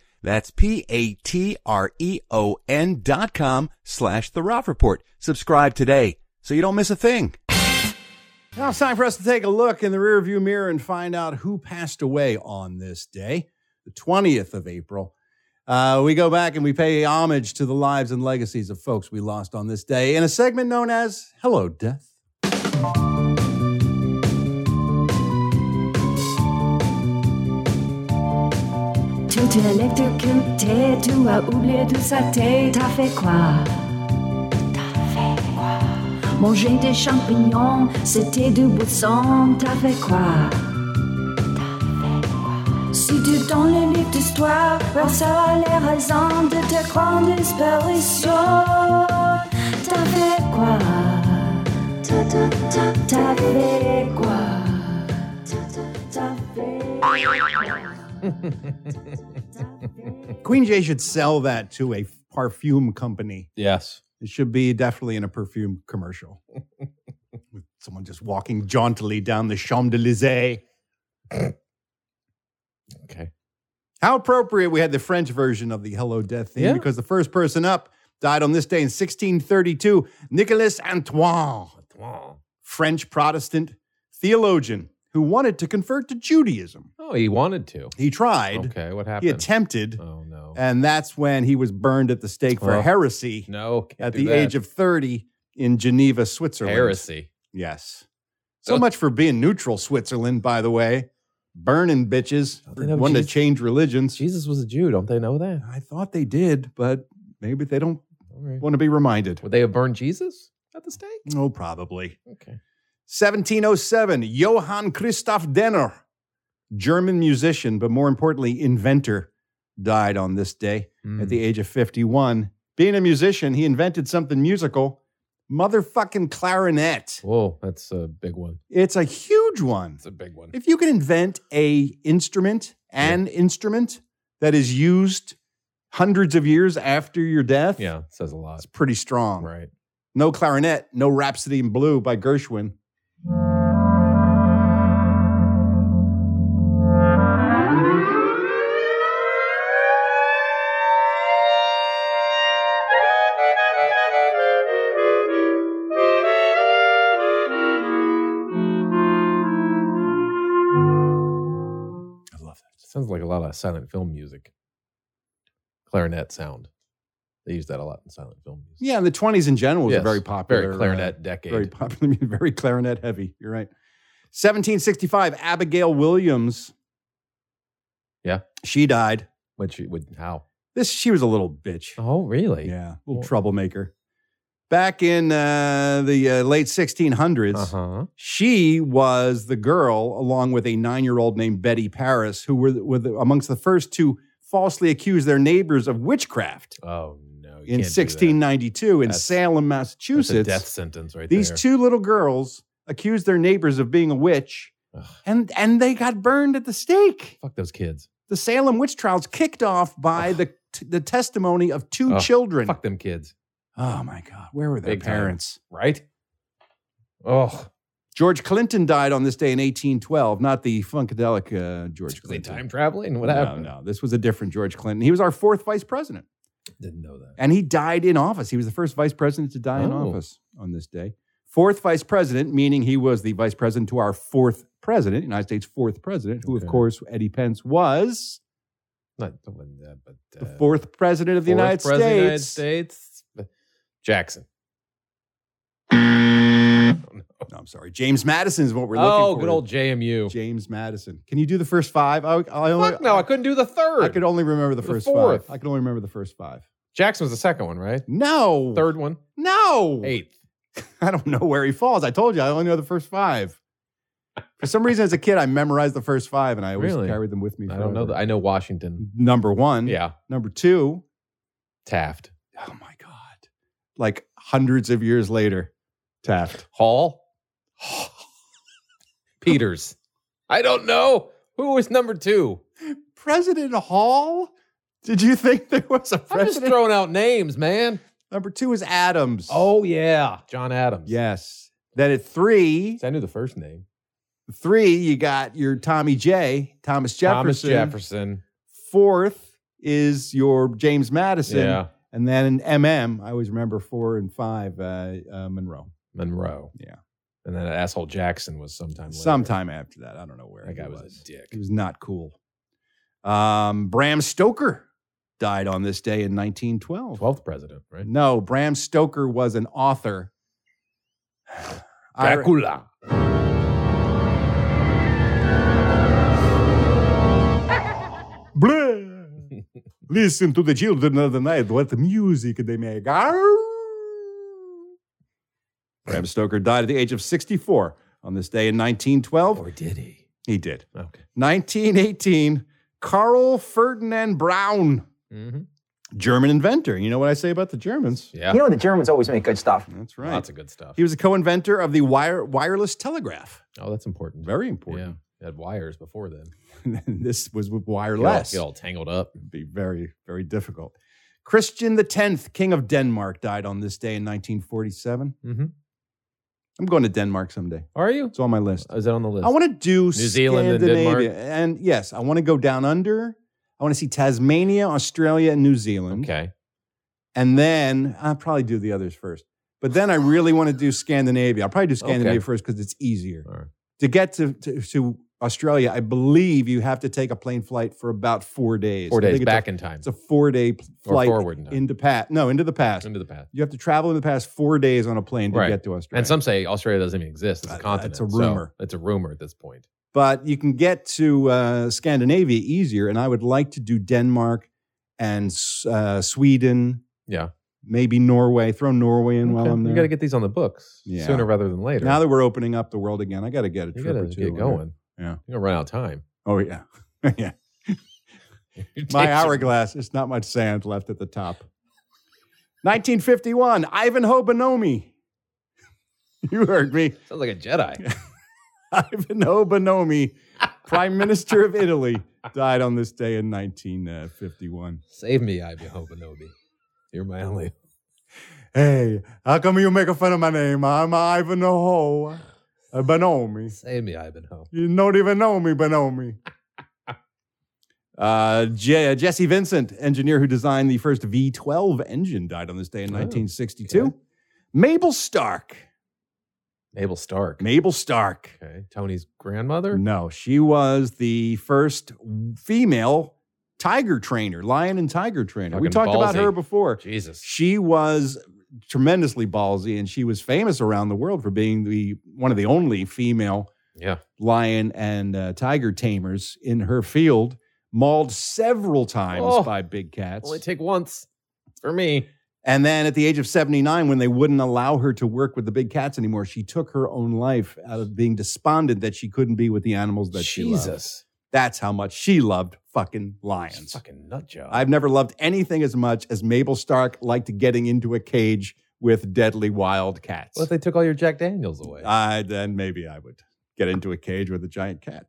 That's P-A-T-R-E-O-N E dot com slash The Ralph Report. Subscribe today so you don't miss a thing. Now it's time for us to take a look in the rearview mirror and find out who passed away on this day, the 20th of April. Uh, we go back and we pay homage to the lives and legacies of folks we lost on this day in a segment known as Hello Death. Tu t'es électrocuté, tu as oublié tout ça, t'es- t'as fait quoi Manger des champignons, c'était du bousson, t'as fait quoi Si tu dans le livre d'histoire, ça a les raisons de ta grande disparition. T'as fait quoi Ta- ta- ta- T'as fait quoi Ta- ta- T'as fait quoi Queen Jay should sell that to a perfume company. Yes. It should be definitely in a perfume commercial. With someone just walking jauntily down the Champs Elysees. Okay. How appropriate we had the French version of the Hello Death theme Yeah. because the first person up died on this day in 1632, Nicolas Antoine, Oh, French Protestant theologian who wanted to convert to Judaism. Oh, he wanted to. He tried. Okay, what He happened? attempted. Oh no. And that's when he was burned at the stake for Oh. heresy no, can't at do the that. age of 30 in Geneva, Switzerland. heresy. Yes. So much for being neutral, Switzerland, by the way. Burning bitches. they know Wanting to Jesus- change religions. Jesus was a Jew. Don't they know that? I thought they did, but maybe they don't want to be reminded. Would they have burned Jesus? At the stake? No, probably. Okay. 1707, Johann Christoph Denner, German musician, but more importantly, inventor, died on this day Hmm. at the age of 51. Being a musician, he invented something musical motherfucking clarinet. Whoa, that's a big one. It's a huge one. It's a big one. If you can invent a instrument, an instrument that is used hundreds of years after your death. Yeah, it says a lot. It's pretty strong. Right. No clarinet, no Rhapsody in Blue by Gershwin. Sounds like a lot of silent film music. Clarinet sound. They use that a lot in silent film music. Yeah, and the 20s in general was Yes, a very popular uh, very clarinet decade. Very popular, very clarinet heavy. You're right. 1765, Abigail Williams. Yeah. She died. Which would how? This she was a little bitch. Oh, really? Yeah, a little troublemaker. Back in uh, the uh, late 1600s, Uh-huh. she was the girl, along with a nine-year-old named Betty Paris, who were, were the, amongst the first to falsely accuse their neighbors of witchcraft Oh no. you in can't do that. 1692 in That's- Salem, That's a Massachusetts. death sentence right These there. two little girls accused their neighbors of being a witch, and and they got burned at the stake. Fuck those kids. The Salem witch trials kicked off by the the testimony of two Ugh, children. Fuck them kids. Oh my God, where were their Big time. parents? Right? Oh, George Clinton died on this day in 1812, not the funkadelic uh, George was he Clinton. time traveling? What no, happened? no, this was a different George Clinton. He was our fourth vice president, Didn't know that. and he died in office. He was the first vice president to die in Oh. office on this day. Fourth vice president, meaning he was the vice president to our fourth president, United States fourth president, who, of course, Eddie Pence was Not that, but uh, the fourth president of the fourth United president of the United States. States. Jackson. No, I'm sorry. James Madison is what we're looking oh, for. good old JMU. James Madison. Can you do the first five? I, I only, Fuck no, I couldn't do the third. I could only remember the The first fourth. five. I could only remember the first five. Jackson was the second one, right? No. Third one, No. eighth. I don't know where he falls. I told you I only know the first five. For some reason, as a kid, I memorized the first five and I always Really? carried them with me. I don't know. forever. That. I know Washington. Number one. Yeah, Number two, Taft, oh my God. Like hundreds of years later, Taft. Hall, Peters. I don't know who was number two. President Hall? Did you think there was a I'm just president? throwing out names, man. Number two is Adams. Oh yeah, John Adams. yes. Then at three, I knew the first name. Three, you got your Tommy J, Thomas Jefferson. Thomas Jefferson. Fourth is your James Madison. Yeah, And then MM, I always remember four and five, uh, uh, Monroe. Monroe. Yeah. and then that asshole Jackson was sometime. Later. Sometime after that. I don't know where that he guy was a dick. He was not cool. Um, Bram Stoker died on this day in 1912. Twelfth president, right? No, Bram Stoker was an author. I- Dracula. Blah. Listen to the children of the night, what music they make. Arr. Bram Stoker died at the age of 64 on this day in 1912. Or did he? He did. Okay. 1918, Carl Ferdinand Braun, Mm-hmm. German inventor. You know what I say about the Germans? Yeah. You know, the Germans always make good stuff. That's right. Lots of good stuff. he was a co inventor of the wire, wireless telegraph. oh, that's important. Very Yeah. important. They had wires before then. this was with Get all, wireless. get all tangled up. be very, very difficult. Christian the Tenth, King of Denmark, died on this day in 1947. Mm-hmm. I'm going to Denmark someday. Are you? It's on my list. Is that on the list? I want to do Uh, New Zealand and Scandinavia, and, yes, I want to go down under. I want to see Tasmania, Australia, and New Zealand, Okay. and then I'll probably do the others first. But then I really want to do Scandinavia. I'll probably do Scandinavia Okay. first because it's easier All right. to get to, to to Australia. I believe you have to take a plane flight for about four days. I Four think days it's a- back in time. It's a four-day p- Or flight forward in time. into past. No, into the past. Into the past. You have to travel in the past four days on a plane to Right. get to Australia. And some say Australia doesn't even exist. It's a Uh, continent. it's a so rumor. it's a rumor at this point. but you can get to uh, Scandinavia easier. And I would like to do Denmark and uh, Sweden, Yeah. maybe Norway. Throw Norway in while Okay. I'm there. you got to get these on the books Yeah. sooner rather than later. now that we're opening up the world again, I got to get a you trip got or to two. get on going. there. Yeah. You're going to run out of time. Oh yeah, yeah. Your days My are- hourglass. It's not much sand left at the top. 1951. Ivanhoe Bonomi. You heard me. Sounds like a Jedi. Ivanhoe Bonomi, Prime Minister of Italy, died on this day in 1951. Save me, Ivy Hobanobi. You're my only. Hey, how come you make fun of my name? I'm Ivanhoe uh, Bonomi. Save me, Ivanhoe. You don't even know me, Bonomi. Uh, Je- Jesse Vincent, engineer who designed the first V12 engine, died on this day in 1962. Mabel Stark. Mabel Stark. Mabel Stark. Okay. Tony's grandmother? No, she was the first female tiger trainer, lion and tiger trainer. we Fucking talked about her ballsy. before. Jesus. She was tremendously ballsy, and she was famous around the world for being the one of the only female Yeah. lion and uh, tiger tamers in her field, mauled several times Oh. by big cats. Only take once for me. And then at the age of 79, when they wouldn't allow her to work with the big cats anymore, she took her own life out of being despondent that she couldn't be with the animals that she loved. Jesus. That's how much she loved fucking lions. Fucking nut job. I've never loved anything as much as Mabel Stark liked getting into a cage with deadly wild cats. What if they took all your Jack Daniels away? I, then maybe I would get into a cage with a giant cat.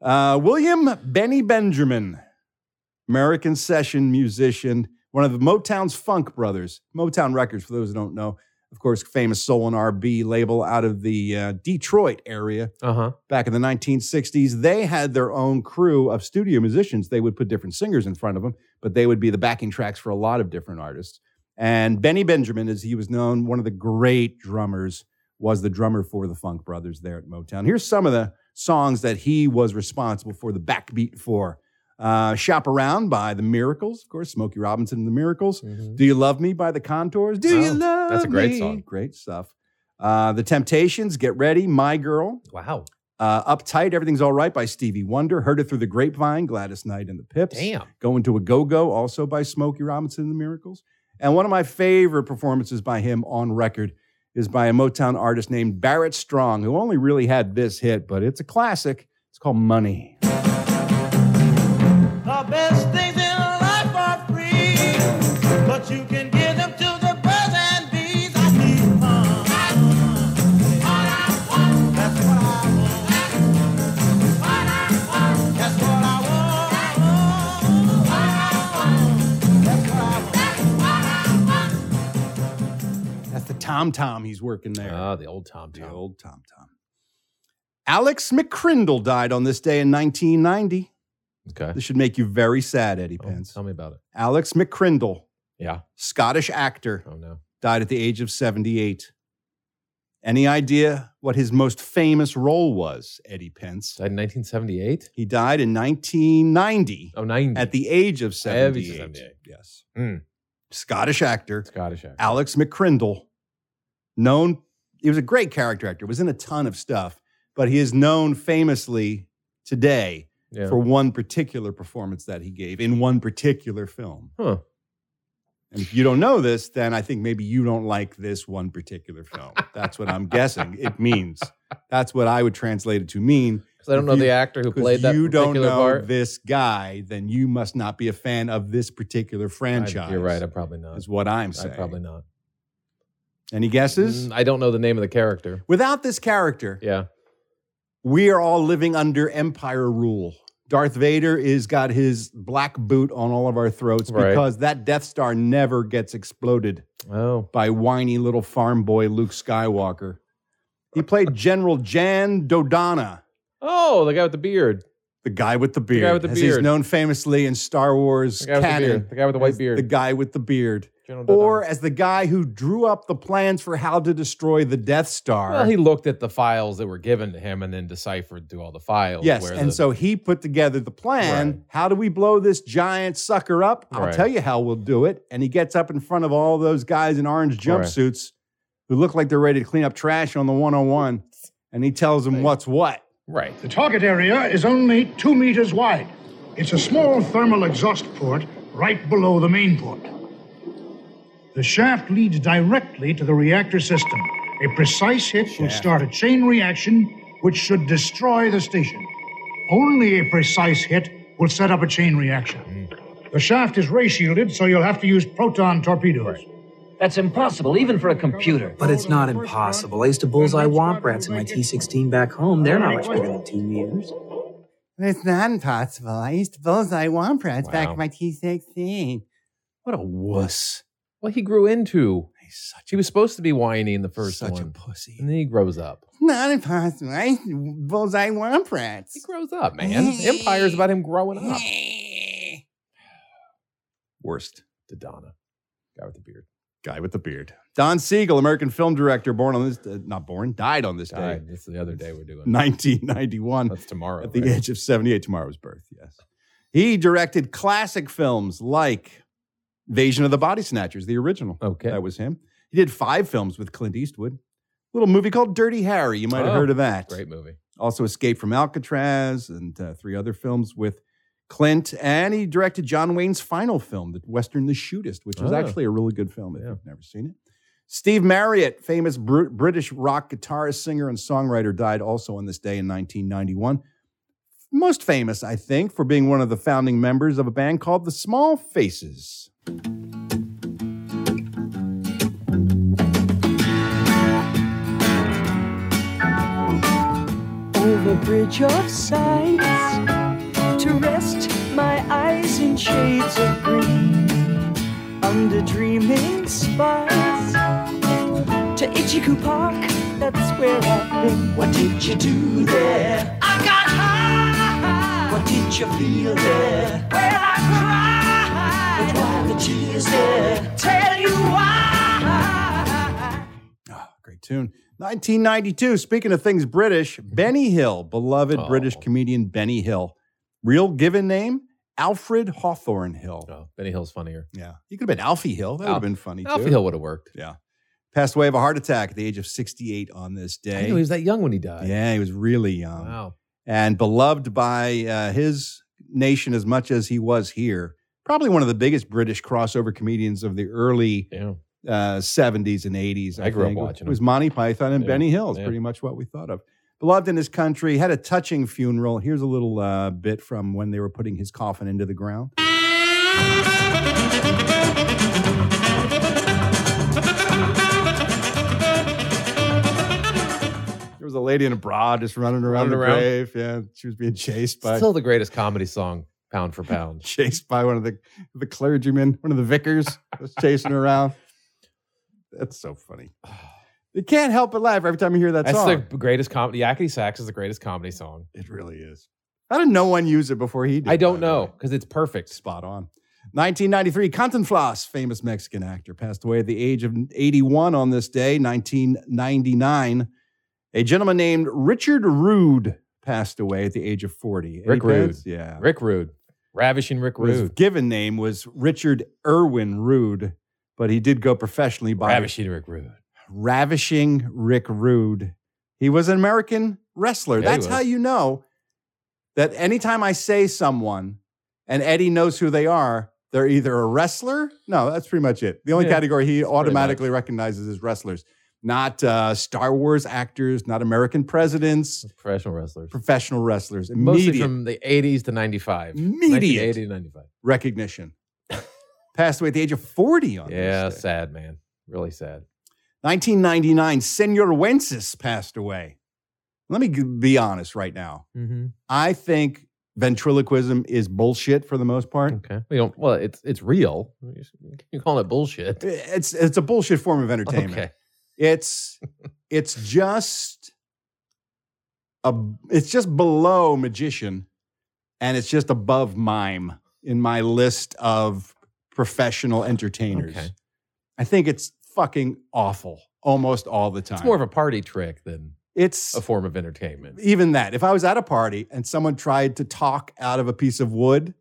Uh, William Benny Benjamin, American session musician, one of the Motown's Funk Brothers. Motown Records, for those who don't know, of course, famous soul and RB label out of the uh, Detroit area Uh huh. back in the 1960s, they had their own crew of studio musicians. They would put different singers in front of them, but they would be the backing tracks for a lot of different artists. And Benny Benjamin, as he was known, one of the great drummers, was the drummer for the Funk Brothers there at Motown. Here's some of the songs that he was responsible for the backbeat for. Uh, Shop Around by The Miracles, of course, Smokey Robinson and The Miracles. Do You Love Me by The Contours. Do You Wow, Love that's a great Me? song. Great stuff. Uh, the Temptations, Get Ready, My Girl. Wow. Uh, Uptight, Everything's All Right by Stevie Wonder. Heard It Through the Grapevine, Gladys Knight and the Pips. Damn. Going to a Go Go, also by Smokey Robinson and the Miracles. And one of my favorite performances by him on record is by a Motown artist named Barrett Strong, who only really had this hit, but it's a classic. It's called Money. The best things in life are free, but you can give them to the birds and bees. I need fun. That's what I want. That's what I want. That's what I want. That's the Tom Tom he's working there. Ah, the old Tom the Tom. old Tom Tom. Alex McCrindle died on this day in 1990. Okay. This should make you very sad, Eddie Oh, Pence. tell me about it. Alex McCrindle, Yeah. Scottish actor. Oh no. died at the age of 78. Any idea what his most famous role was, Eddie Pence? Died in 1978. He died in 1990 Oh, 90. at the age of At the age 78. of 78. Yes. Mm. Scottish actor Scottish actor. Alex McCrindle, known, he was a great character actor, was in a ton of stuff, but he is known famously today Yeah. for one particular performance that he gave in one particular film. Huh. And if you don't know this, then I think maybe you don't like this one particular film. That's what I'm guessing it means. That's what I would translate it to mean. Because I don't know You- the actor who Because played that you don't particular know part. this guy, then you must not be a fan of this particular I- franchise. you're right. I probably not. is what I'm I saying. probably not. Any guesses? Mm, I don't know the name of the character. Without this character, Yeah. we are all living under empire rule. Darth Vader is got his black boot on all of our throats Right. because that Death Star never gets exploded. Oh. by whiny little farm boy Luke Skywalker. He played General Jan Dodonna, Oh, the guy with the beard. the guy with the beard. guy with the as he's beard. known famously in Star Wars The guy with the canon. beard. The guy with the white as beard. The guy with the beard. General Dodonna. Or as the guy who drew up the plans for how to destroy the Death Star. well, he looked at the files that were given to him and then deciphered through all the files. yes, where and the- so he put together the plan. Right. How do we blow this giant sucker up? I'll Right. tell you how we'll do it. And he gets up in front of all those guys in orange Right. jumpsuits who look like they're ready to clean up trash on the 101. And he tells them what's what. right. The target area is only two meters wide. It's a small thermal exhaust port right below the main port. The shaft leads directly to the reactor system. A precise hit will start a chain reaction which should destroy the station. Only a precise hit will set up a chain reaction. The shaft is ray shielded, so you'll have to use proton torpedoes. That's impossible, even for a computer. But it's not impossible. I used to bullseye womp rats in my T16 back home. They're not much bigger than two meters. It's not impossible. I used to bullseye Womprats back Wow. in my T16. What a wuss. What he grew into. he was supposed to be whiny in the first one. Such a pussy. And then he grows up. Not impossible. I used to bullseye Womprats. He grows up, man. Empire's about him growing up. Worst. Dodonna. Guy with the beard. Guy with the beard. Don Siegel, American film director, born on this, uh, not born, died on this Guy. day, That's the other day we're doing. 1991. That's tomorrow. At the age of 78, tomorrow's birth, yes. He directed classic films like Invasion of the Body Snatchers, the original. Okay. That was him. He did five films with Clint Eastwood. little movie called Dirty Harry. You might have Oh, heard of that. Great movie. Also, Escape from Alcatraz and uh, three other films with Clint. And he directed John Wayne's final film, The Western The Shootist, which was Oh. actually a really good film if you've never seen it. Steve Marriott, famous Br- British rock guitarist, singer, and songwriter, died also on this day in 1991. Most famous, I think, for being one of the founding members of a band called the Small Faces. over bridge of sights to rest my eyes in shades of green under dreaming skies to Ichiku Park that's where I've been what did you do there I got high what did you feel there well I cried but why the tears there tell you why Ah, Great tune. 1992. Speaking of things British, Mm-hmm. Benny Hill, beloved British Oh. comedian Benny Hill. Real given name, Alfred Hawthorne Hill. Oh, Benny Hill's funnier. Yeah. He could have been Alfie Hill. That would Al- have been funny too. Alfie Hill would have worked. Yeah. Passed away of a heart attack at the age of 68 on this I day. didn't know he was that young when he died. yeah, he was really young. Wow. And beloved by uh, his nation as much as he was here. Probably one of the biggest British crossover comedians of the early uh, 70s and 80s. I grew up think. watching It was him. Monty Python and Yeah, Benny Hill. It's yeah. pretty much what we thought of. Beloved in his country, had a touching funeral. Here's a little uh, bit from when they were putting his coffin into the ground. There was a lady in a bra just running around Running the around. grave. Yeah, she was being chased by Still the greatest comedy song, pound for pound. chased by one of the the clergymen, one of the vicars, was chasing her around. That's so funny. You can't help but laugh every time you hear that That's song. the greatest comedy. Yakety Sax is the greatest comedy song. It really is. How did no one use it before he did? I don't know because it's perfect. Spot on. 1993, Cantinflas, famous Mexican actor, passed away at the age of 81 on this day, 1999. A gentleman named Richard Rude passed away at the age of 40. Any Rick Rude. bets? Yeah. Rick Rude. Ravishing Rick His Rude. given name was Richard Irwin Rude, but he did go professionally by Ravishing Rick Rude. Ravishing Rick Rude. He was an American wrestler. Yeah, he That's how was. you know that anytime I say someone and Eddie knows who they are, they're either a wrestler. No, that's pretty much it. The only Yeah, category he much. automatically recognizes is wrestlers, not uh, Star Wars actors, not American presidents, Professional wrestlers. professional wrestlers. Mostly Immediate from the 80s to 95. Immediate. 80 to 95. recognition. Passed away at the age of 40 on this Yeah, day. sad, man. Really sad. 1999, Senor Wences passed away. Let me g- be honest right now. Mm-hmm. I think ventriloquism is bullshit for the most part. Okay. We don't, well, it's it's real. You call it bullshit. It's it's a bullshit form of entertainment. Okay. It's it's just a it's just below magician and it's just above mime in my list of professional entertainers. Okay. I think it's fucking awful almost all the time. It's more of a party trick than it's a form of entertainment. even that. If I was at a party and someone tried to talk out of a piece of wood,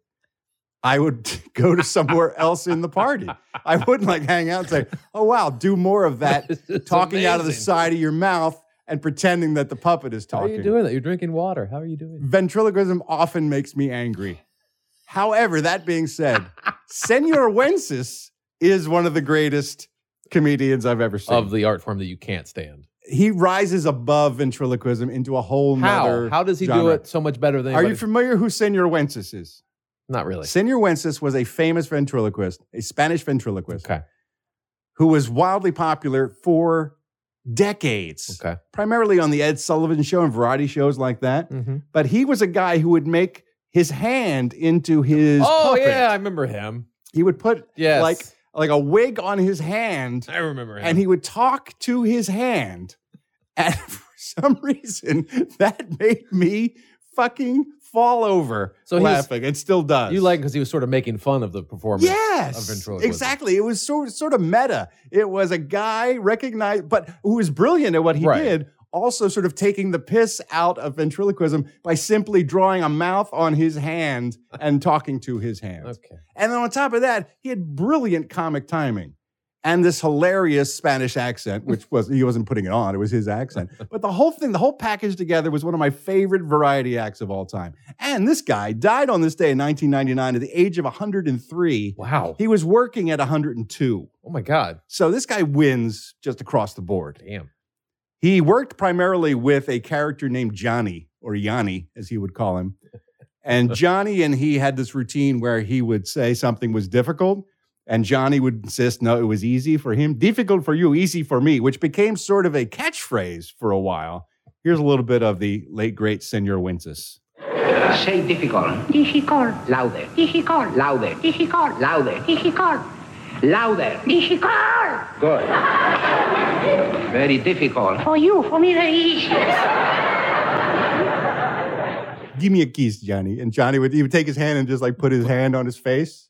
I would go to somewhere else in the party. I wouldn't like hang out and say, "Oh wow, do more of that talking out of the amazing. side of your mouth and pretending that the puppet is How are talking." you doing that? You're drinking water. How are you doing? Ventriloquism often makes me angry. However, that being said, Senor Wences is one of the greatest comedians I've ever seen. Of the art form that you can't stand. he rises above ventriloquism into a whole How? nother How does he do genre. it so much better than Are you anybody- familiar who Senor Wences is? Not really. Senor Wences was a famous ventriloquist, a Spanish ventriloquist, Okay. who was wildly popular for decades. Okay. Primarily on the Ed Sullivan show and variety shows like Mm-hmm. that. Oh, But he was a guy who would make his hand into his oh puppet. yeah, I remember him. He would put Yes. like like a wig on his hand I remember him. and he would talk to his hand. And for some reason, that made me fucking fall over So he was- laughing. It still does. you like because he was sort of making fun of the performance. Yes, of ventriloquism. exactly. It was sort sort of meta. It was a guy recognized, but who was brilliant at what he Right. did. Also, sort of taking the piss out of ventriloquism by simply drawing a mouth on his hand and talking to his hand. Okay. And then on top of that, he had brilliant comic timing and this hilarious Spanish accent, which was he wasn't putting it on, it was his accent. But the whole thing, the whole package together was one of my favorite variety acts of all time. And this guy died on this day in 1999 at the age of 103. Wow. He was working at 102. Oh my God. So this guy wins just across the board. Damn. He worked primarily with a character named Johnny or Yanni, as he would call him. And Johnny and he had this routine where he would say something was difficult, and Johnny would insist, no, it was easy for him, difficult for you, easy for me, which became sort of a catchphrase for a while. Here's a little bit of the late, great Senor Winces. Say difficult. Difficult. Louder. Difficult. Louder. Difficult. Louder. Difficult. Louder. Difficult. Good. Very difficult. For you, for me, very easy. Give me a kiss, Johnny. And Johnny would, he would take his hand and just like put his hand on his face.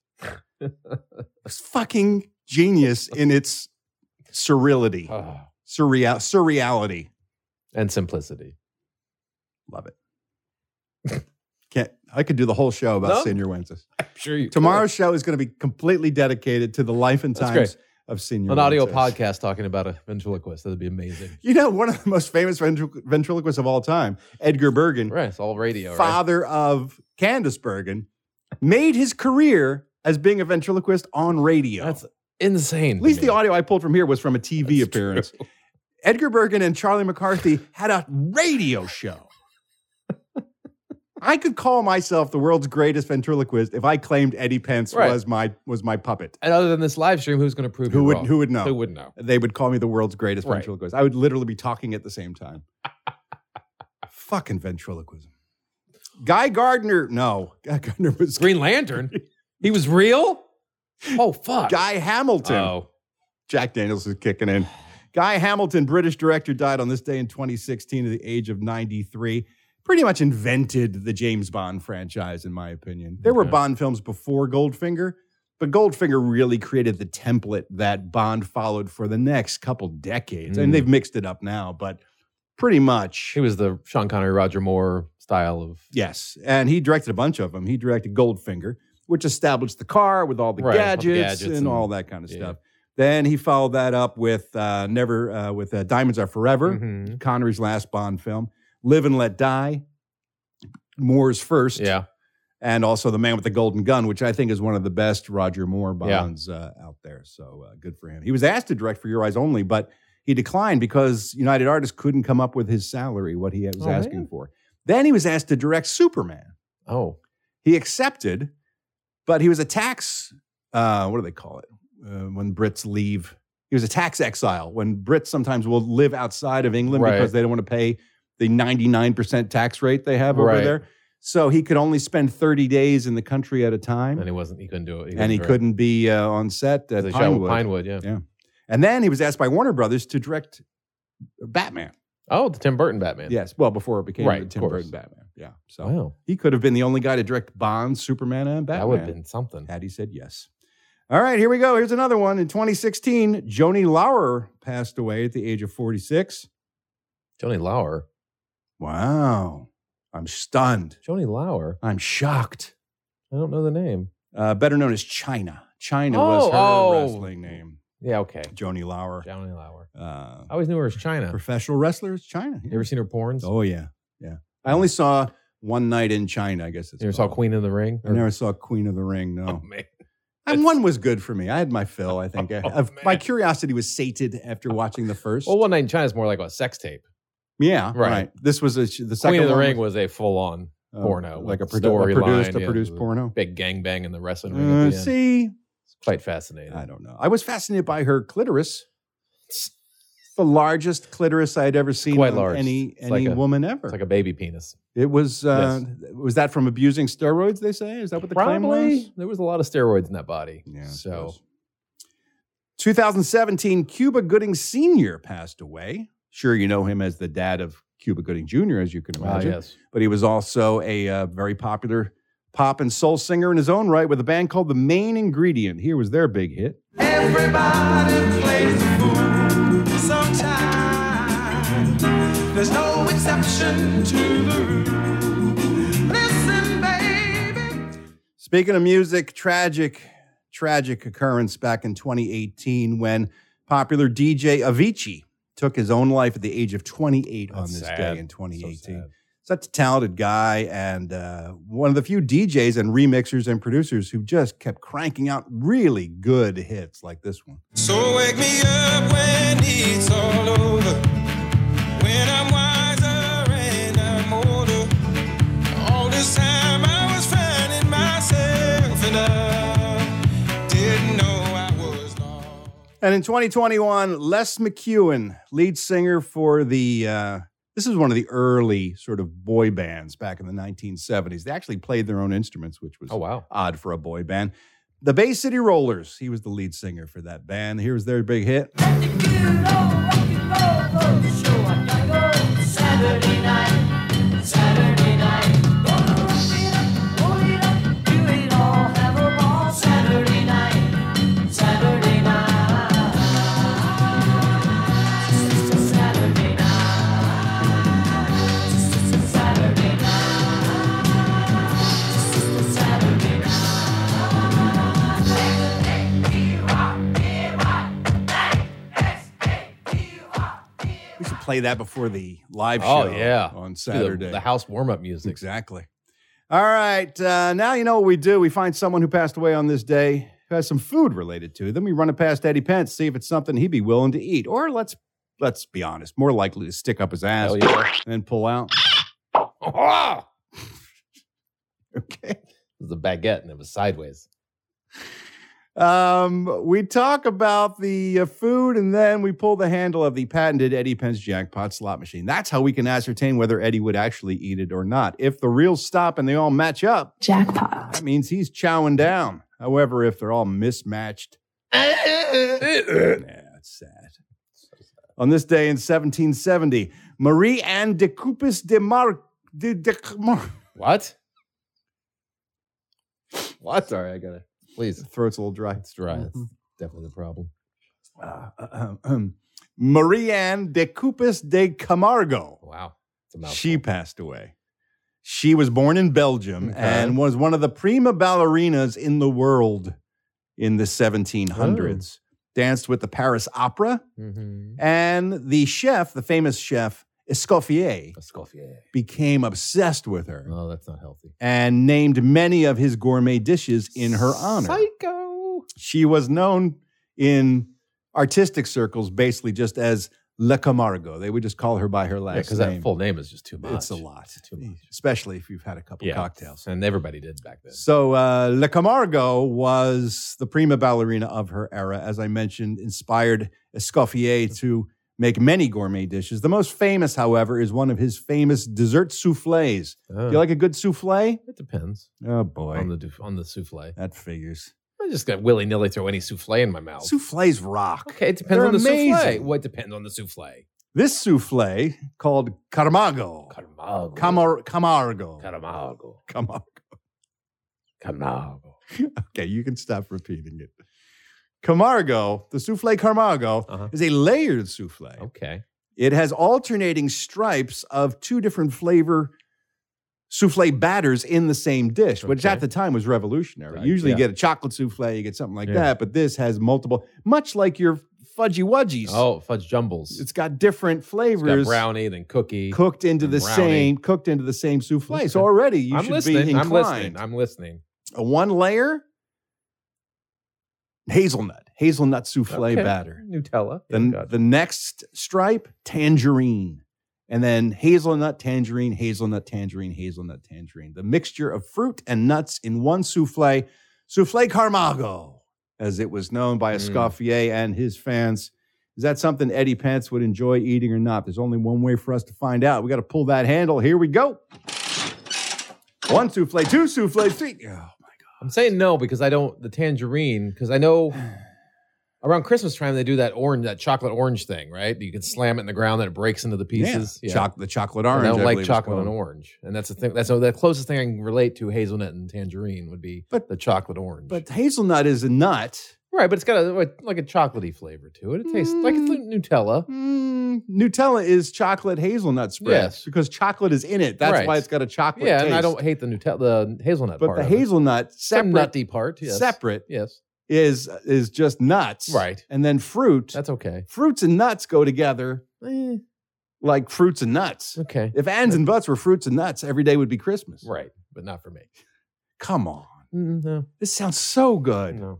It's fucking genius in its surreality, surreal, surreality. And simplicity. Love it. Can't I could do the whole show about No. Senior Wences. I'm sure you. Tomorrow's show is going to be completely dedicated to the life and That's times great. of Senior. an audio Wences. podcast talking about a ventriloquist. That'd be amazing. You know, one of the most famous ventrilo- ventriloquists of all time, Edgar Bergen, Right. It's all radio. Right? father of Candace Bergen, made his career as being a ventriloquist on radio. That's insane. At least the audio I pulled from here was from a TV appearance. Edgar Bergen and Charlie McCarthy had a radio show. I could call myself the world's greatest ventriloquist if I claimed Eddie Pence Right. was my was my puppet. And other than this live stream, who's going to prove Who you would wrong? who would know? Who would know? They would call me the world's greatest Right. ventriloquist. I would literally be talking at the same time. Fucking ventriloquism. Guy Gardner, no, Guy Gardner was Green Lantern. he was real. Oh fuck. Guy Hamilton. Oh. Jack Daniels is kicking in. Guy Hamilton, British director, died on this day in 2016 at the age of 93. Pretty much invented the James Bond franchise, in my opinion. There were Bond films before Goldfinger, but Goldfinger really created the template that Bond followed for the next couple decades. Mm. And they've mixed it up now, but pretty much. He was the Sean Connery, Roger Moore style of Yes, and he directed a bunch of them. He directed Goldfinger, which established the car with all the Right, all the gadgets, gadgets and, and- all that kind of yeah. stuff. Then he followed that up with uh, Never uh, with uh, Diamonds Are Forever, Mhm. Connery's last Bond film, Live and Let Die, Moore's first, yeah. and also The Man with the Golden Gun, which I think is one of the best Roger Moore Bonds uh, out there. So uh, good for him. He was asked to direct for Your Eyes Only, but he declined because United Artists couldn't come up with his salary, what he was Oh, asking man. for. Then he was asked to direct Superman. Oh, He accepted, but he was a tax. Uh, what do they call it uh, when Brits leave? He was a tax exile. When Brits sometimes will live outside of England Right. because they don't want to pay the ninety nine percent tax rate they have over Right. there. So he could only spend thirty days in the country at a time, and he wasn't. He couldn't do it. and he direct. couldn't be uh, on set at They shot Pinewood. with Pinewood, yeah. Yeah. And then he was asked by Warner Brothers to direct Batman. Oh, the Tim Burton Batman. Yes, well before it became Right, the of Tim course. Burton Batman. Yeah, so Wow. he could have been the only guy to direct Bond, Superman, and Batman. That would have been something. Had he said yes. All right, here we go. Here's another one. In 2016, Joni Lauer passed away at the age of 46. Joni Lauer. Wow. I'm stunned. Joni Lauer. I'm shocked. I don't know the name. Uh, better known as China. China was Oh, her oh. wrestling name. Yeah. Okay. Joni Lauer. Joni Lauer. Uh, I always knew her as China. professional wrestler is China. You ever seen her porns? Oh, yeah. Yeah. I only saw one night in China, I guess it's you ever saw called. Queen of the Ring? I never saw Queen of the Ring, no. Oh, man. And one was good for me. I had my fill, I think. I- Oh, I've- my curiosity was sated after watching the first. Well, One Night in China is more like a sex tape. yeah, right. right. This was a, the second Queen of the one Ring was, was a full on uh, porno. like a, with produ- a produced, storyline, a yeah, produced with porno. Big gangbang in the wrestling ring. Uh, at the end. see, It's quite fascinating. I don't know. I was fascinated by her clitoris. the largest clitoris I had ever seen Quite on large. any It's any like a- woman ever. It's like a baby penis. It was uh, was that from abusing steroids? They say is that what the claim was? Probably. There was a lot of steroids in that body. Yeah. So 2017, Cuba Gooding Sr. passed away. Sure, you know him as the dad of Cuba Gooding Jr., as you can Ah, imagine. yes. But he was also a uh, very popular pop and soul singer in his own right with a band called The Main Ingredient. Here was their big hit. Everybody plays the fool sometimes. There's no exception to the rule. Listen, baby. Speaking of music, tragic, tragic occurrence back in 2018 when popular DJ Avicii took his own life at the age of 28 on this day in 2018. Such a talented guy and uh, one of the few DJs and remixers and producers who just kept cranking out really good hits like this one. So wake me up when it's all over. When I'm wiser and I'm older. All this time I was finding myself and I didn't know I was lost. And in 2021, Les McEwen, lead singer for the, uh, this is one of the early sort of boy bands back in the 1970s. They actually played their own instruments, which was Oh, wow. odd for a boy band. The Bay City Rollers, he was the lead singer for that band. Here's their big hit. Saturday night, Saturday night. Gonna rock it up, roll it up, do it all, have a ball. Saturday night, Saturday night. Saturday night. Saturday night. Saturday night. We should play that before the live show Oh, yeah. on Do the- Saturday. the house warm up music. Exactly. All right. Uh, now you know what we do. We find someone who passed away on this day who has some food related to them. We run it past Eddie Pence, see if it's something he'd be willing to eat. Or let's let's be honest, more likely to stick up his ass and then pull out. okay. It was a baguette and it was sideways. Um, we talk about the uh, food and then we pull the handle of the patented Eddie Pence jackpot slot machine. That's how we can ascertain whether Eddie would actually eat it or not. If the reels stop and they all match up, jackpot. That means he's chowing down. However, if they're all mismatched, that's sad. On this day in 1770, Marie Anne de Coupis de Mar de, de Mar- What? What? Sorry, I gotta. Please. Throat's a little dry. It's dry. It's Mm-hmm. definitely the problem. Uh, ahem, ahem. Marie Anne de Coupis de Camargo. Wow. She passed away. She was born in Belgium and was one of the prima ballerinas in the world in the 1700s. Oh. Danced with the Paris Opera Mm-hmm. and the chef, the famous chef Escoffier, Escoffier. became obsessed with her Oh, that's not healthy. and named many of his gourmet dishes in her honor. Psycho. She was known in artistic circles basically just as Le Camargo. They would just call her by her last Yeah, because name. that full name is just too much. It's a lot. too much. Especially if you've had a couple Yeah. cocktails. And everybody did back then. So uh, Le Camargo was the prima ballerina of her era, as I mentioned, inspired Escoffier to make many gourmet dishes. The most famous, however, is one of his famous dessert souffles. Do you Oh. like a good souffle? It depends Oh boy, on the dou- on the souffle. that figures. I just got willy nilly throw any souffle in my mouth. Souffles rock. okay, it depends They're on the souffle. amazing. What depends on the souffle? This souffle called Carmago. Camargo. Camar- Camargo. Camargo. Camargo. Camargo. Okay, you can stop repeating it. Camargo, the souffle Camargo, Uh-huh. is a layered souffle. Okay. It has alternating stripes of two different flavor souffle batters in the same dish, which at the time was revolutionary. Usually yeah. you get a chocolate souffle, you get something like Yeah. that, but this has multiple, much like your fudgy wudgies. Oh, fudge jumbles. It's got different It's got flavors brownie, then cookie. cooked into and the brownie. same cooked into the same souffle. So already you I'm should listening. be I'm inclined. listening. I'm listening. A one layer hazelnut, hazelnut souffle Okay. batter. Nutella. The, the next stripe, tangerine. And then hazelnut, tangerine, hazelnut, tangerine, hazelnut, tangerine. The mixture of fruit and nuts in one souffle, souffle Carmago, as it was known by Escoffier and his fans. Is that something Eddie Pence would enjoy eating or not? There's only one way for us to find out. We got to pull that handle. Here we go. One souffle, two souffles, three. Oh, I'm saying no because I don't the tangerine because I know around Christmas time they do that orange that chocolate orange thing right you can slam it in the ground and it breaks into the pieces Yeah. Choc- the chocolate And orange, I I don't like believe it's chocolate and called. orange and that's the thing that's the closest thing I can relate to hazelnut and tangerine would be But- the chocolate orange But hazelnut is a nut. right but it's got a like- like a chocolatey flavor to it it tastes like Mm. it's like Nutella Nutella is chocolate hazelnut spread. Yes. Because chocolate is in it. That's Right. why it's got a chocolate yeah and taste. I don't hate the Nutella the hazelnut but part the of it. hazelnut Some separate nutty part yes. separate yes is is just nuts. Right. And then fruit. that's okay Fruits and nuts go together Eh, like fruits and nuts. okay If ands and buts were fruits and nuts, every day would be Christmas. Mm. right but not for me Come on. Mm, no This sounds so good. No.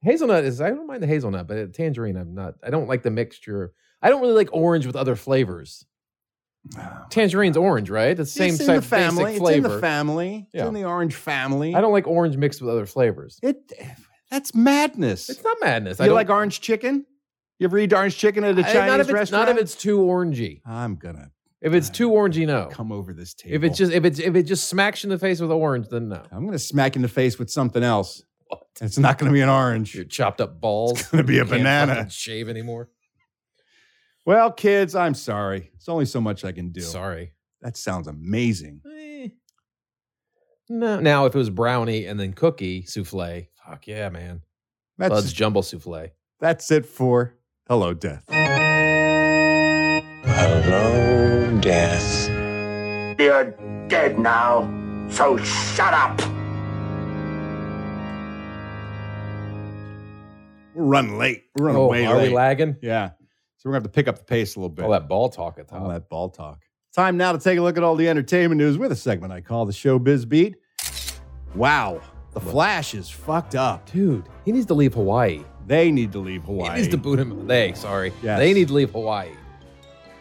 Hazelnut is I don't mind the hazelnut, but it- tangerine I'm not. I don't like the mixture. I don't really like orange with other flavors. Tangerine's orange, right? It's the same it's in type the family. basic It's in flavor. the family. It's Yeah. in the orange family. I don't like orange mixed with other flavors. It that's madness. It's not madness. I you don't like orange chicken? You ever eat orange chicken at a I- Chinese not if it's, restaurant? Not if it's too orangey. I'm gonna If it's too orangey, no. come over this table. If it's just if it's if it just smacks you in the face with orange, then no. I'm gonna smack you in the face with something else. It's not gonna be an orange. Your chopped up balls. It's gonna be a banana. shave anymore. Well, kids, I'm sorry. It's only so much I can do. Sorry. That sounds amazing. Eh. No. Now, if it was brownie and then cookie souffle, fuck yeah, man. That's Bud's Jumble Souffle. that's it for Hello Death. Hello, death. You're dead now, so shut up. We're running late. We're running Oh, way are late. we lagging? yeah. So we're gonna have to pick up the pace a little bit. All that ball talk at All top. that ball talk. Time now to take a look at all the entertainment news with a segment I call the Showbiz Beat. Wow, the Flash is fucked up. Dude, he needs to leave Hawaii. They need to leave Hawaii. He needs to boot him. They, sorry. Yes. They need to leave Hawaii.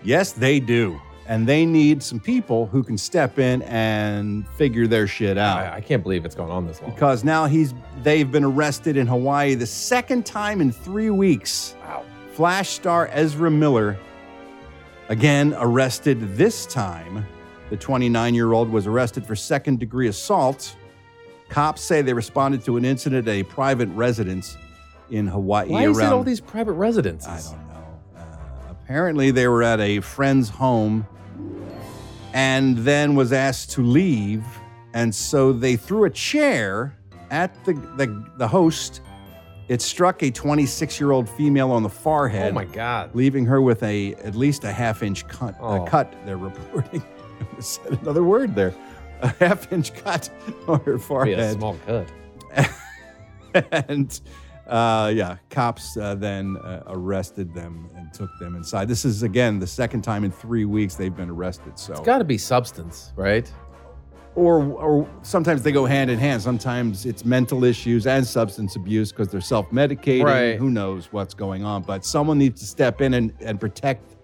yes, they do. And they need some people who can step in and figure their shit out. I, I can't believe it's going on this long. Ah. Because now he's they've been arrested in Hawaii the second time in three weeks. Wow. Flash star Ezra Miller, again arrested this time. The 29 year old was arrested for second degree assault. Cops say they responded to an incident at a private residence in Hawaii. Why is it around- all these private residences? I don't know. Uh, apparently, they were at a friend's home and then was asked to leave. And so they threw a chair at the, the, the host. It struck a 26 year old female on the Oh forehead my God. leaving her with a at least a half inch cut. Oh. A cut they're reporting. I said another word there. A half inch cut on her Be a forehead, small cut. and uh, yeah, cops uh, then uh, arrested them and took them inside. This is again the second time in three weeks they've been arrested. So, It's got to be substance, right? or or sometimes they go hand in hand. Sometimes it's mental issues and substance abuse because they're self medicating. Right. Who knows what's going on? But someone needs to step in and, and protect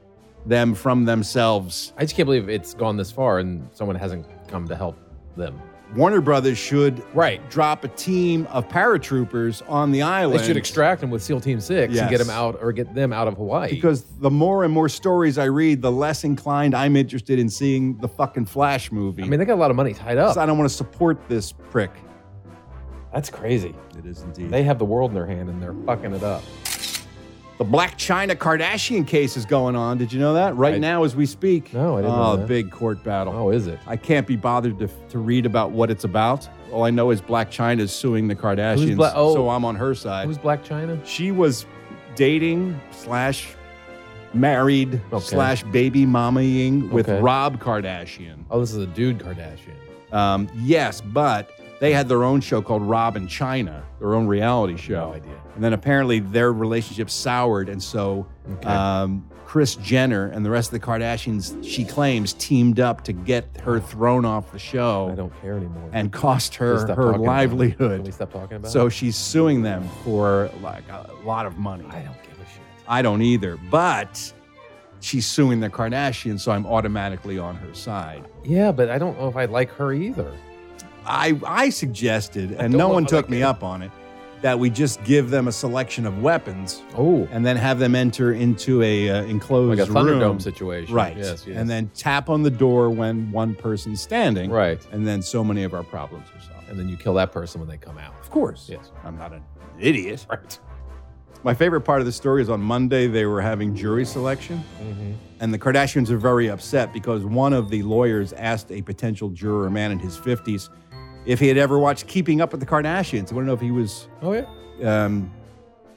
them from themselves. I just can't believe it's gone this far and someone hasn't come to help them. Warner Brothers should Right. drop a team of paratroopers on the island. They should extract him with SEAL Team Six and get Yes. him out or get them out of Hawaii. because the more and more stories I read, the less inclined I'm interested in seeing the fucking Flash movie. I mean, they got a lot of money tied up. I don't want to support this prick. That's crazy. It is indeed. They have the world in their hand and they're fucking it up. the Black China Kardashian case is going on. Did you know that? Right I- now, as we speak. No, I didn't know Oh, that. big court battle. Oh, is it? I can't be bothered to, to read about what it's about. All I know is Black China is suing the Kardashians, Bla- oh. so I'm on her side. Who's Black China? she was dating slash married Okay. slash baby mommying with Okay. Rob Kardashian. Oh, this is a dude Kardashian. Um, yes, but they had their own show called Rob and China, their own reality show. No idea. And then apparently their relationship soured, and so Okay. um, Chris Jenner and the rest of the Kardashians, she claims, teamed up to get her thrown off the I show don't care anymore. and cost Can we her stop her talking about it? Can we livelihood. stop talking about So it? she's suing them for like a lot of money. I don't give a shit. I don't either, but she's suing the Kardashians, so I'm automatically on her side. Yeah, but I don't know if I like her either. I I suggested, and don't no want- one I took like me it. up on it. that we just give them a selection of weapons. Oh, and then have them enter into a uh, enclosed Like a Thunderdome room. situation. right? Yes, yes. and then tap on the door when one person's standing, right? And then so many of our problems are solved. And then you kill that person when they come out. Of course, Yes. I'm not an idiot. Right. My favorite part of the story is on Monday they were having jury selection, Mm-hmm. and the Kardashians are very upset because one of the lawyers asked a potential juror, a man in his 50s, if he had ever watched Keeping Up with the Kardashians. I want to know if he was, oh yeah, um,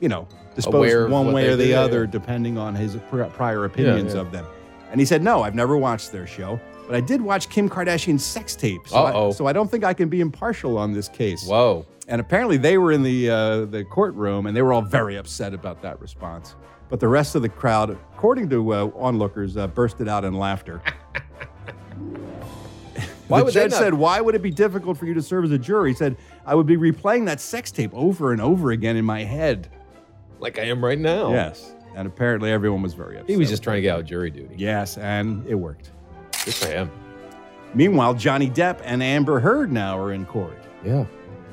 you know, disposed Aware of one what way they or the do, yeah, other, yeah. depending on his pr- prior opinions yeah. of them. And he said, "No, I've never watched their show, but I did watch Kim Kardashian's sex tape, so, I, Uh-oh. so I don't think I can be impartial on this case." Whoa. And apparently, they were in the uh, the courtroom, and they were all very upset about that response. But the rest of the crowd, according to uh, onlookers, uh, bursted out in laughter. Why the would they judge not- said, "Why would it be difficult for you to serve as a juror?" He said, "I would be replaying that sex tape over and over again in my head." Like I am right now. Yes. And apparently everyone was very upset. Oh. He was just trying to get out of jury duty. Yes, and it worked. Good for him. Meanwhile, Johnny Depp and Amber Heard now are in court. Yeah.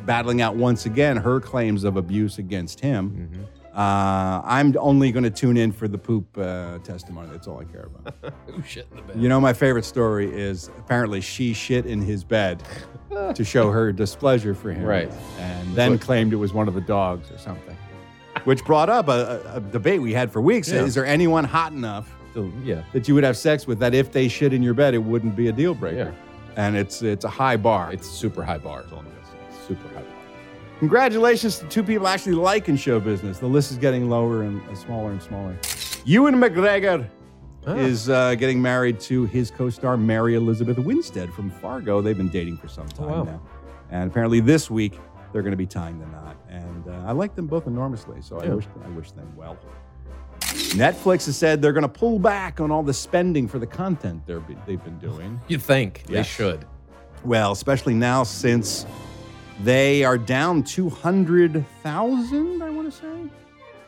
Battling out once again her claims of abuse against him. Uh, I'm only going to tune in for the poop uh, testimony. That's all I care about. Who shit in the bed? You know, my favorite story is apparently she shit in his bed to show her displeasure for him. Right. And then claimed it was one of the dogs or something, which brought up a, a- a debate we had for weeks. Yeah. Is there anyone hot enough yeah. that you would have sex with that if they shit in your bed, it wouldn't be a deal breaker? And it's it's a high bar. It's super high bar. Super high bar. Congratulations to two people actually liking show business. The list is getting lower and uh, smaller and smaller. Ewan McGregor Ah. is uh, getting married to his co star, Mary Elizabeth Winstead from Fargo. They've been dating for some time Oh, wow. now. And apparently this week, they're going to be tying the knot. And uh, I like them both enormously, so I, Yeah. wish, I wish them well. Netflix has said they're going to pull back on all the spending for the content they're be- they've been doing. You think they Yes. should. Well, especially now since they are down 200,000, I want to say.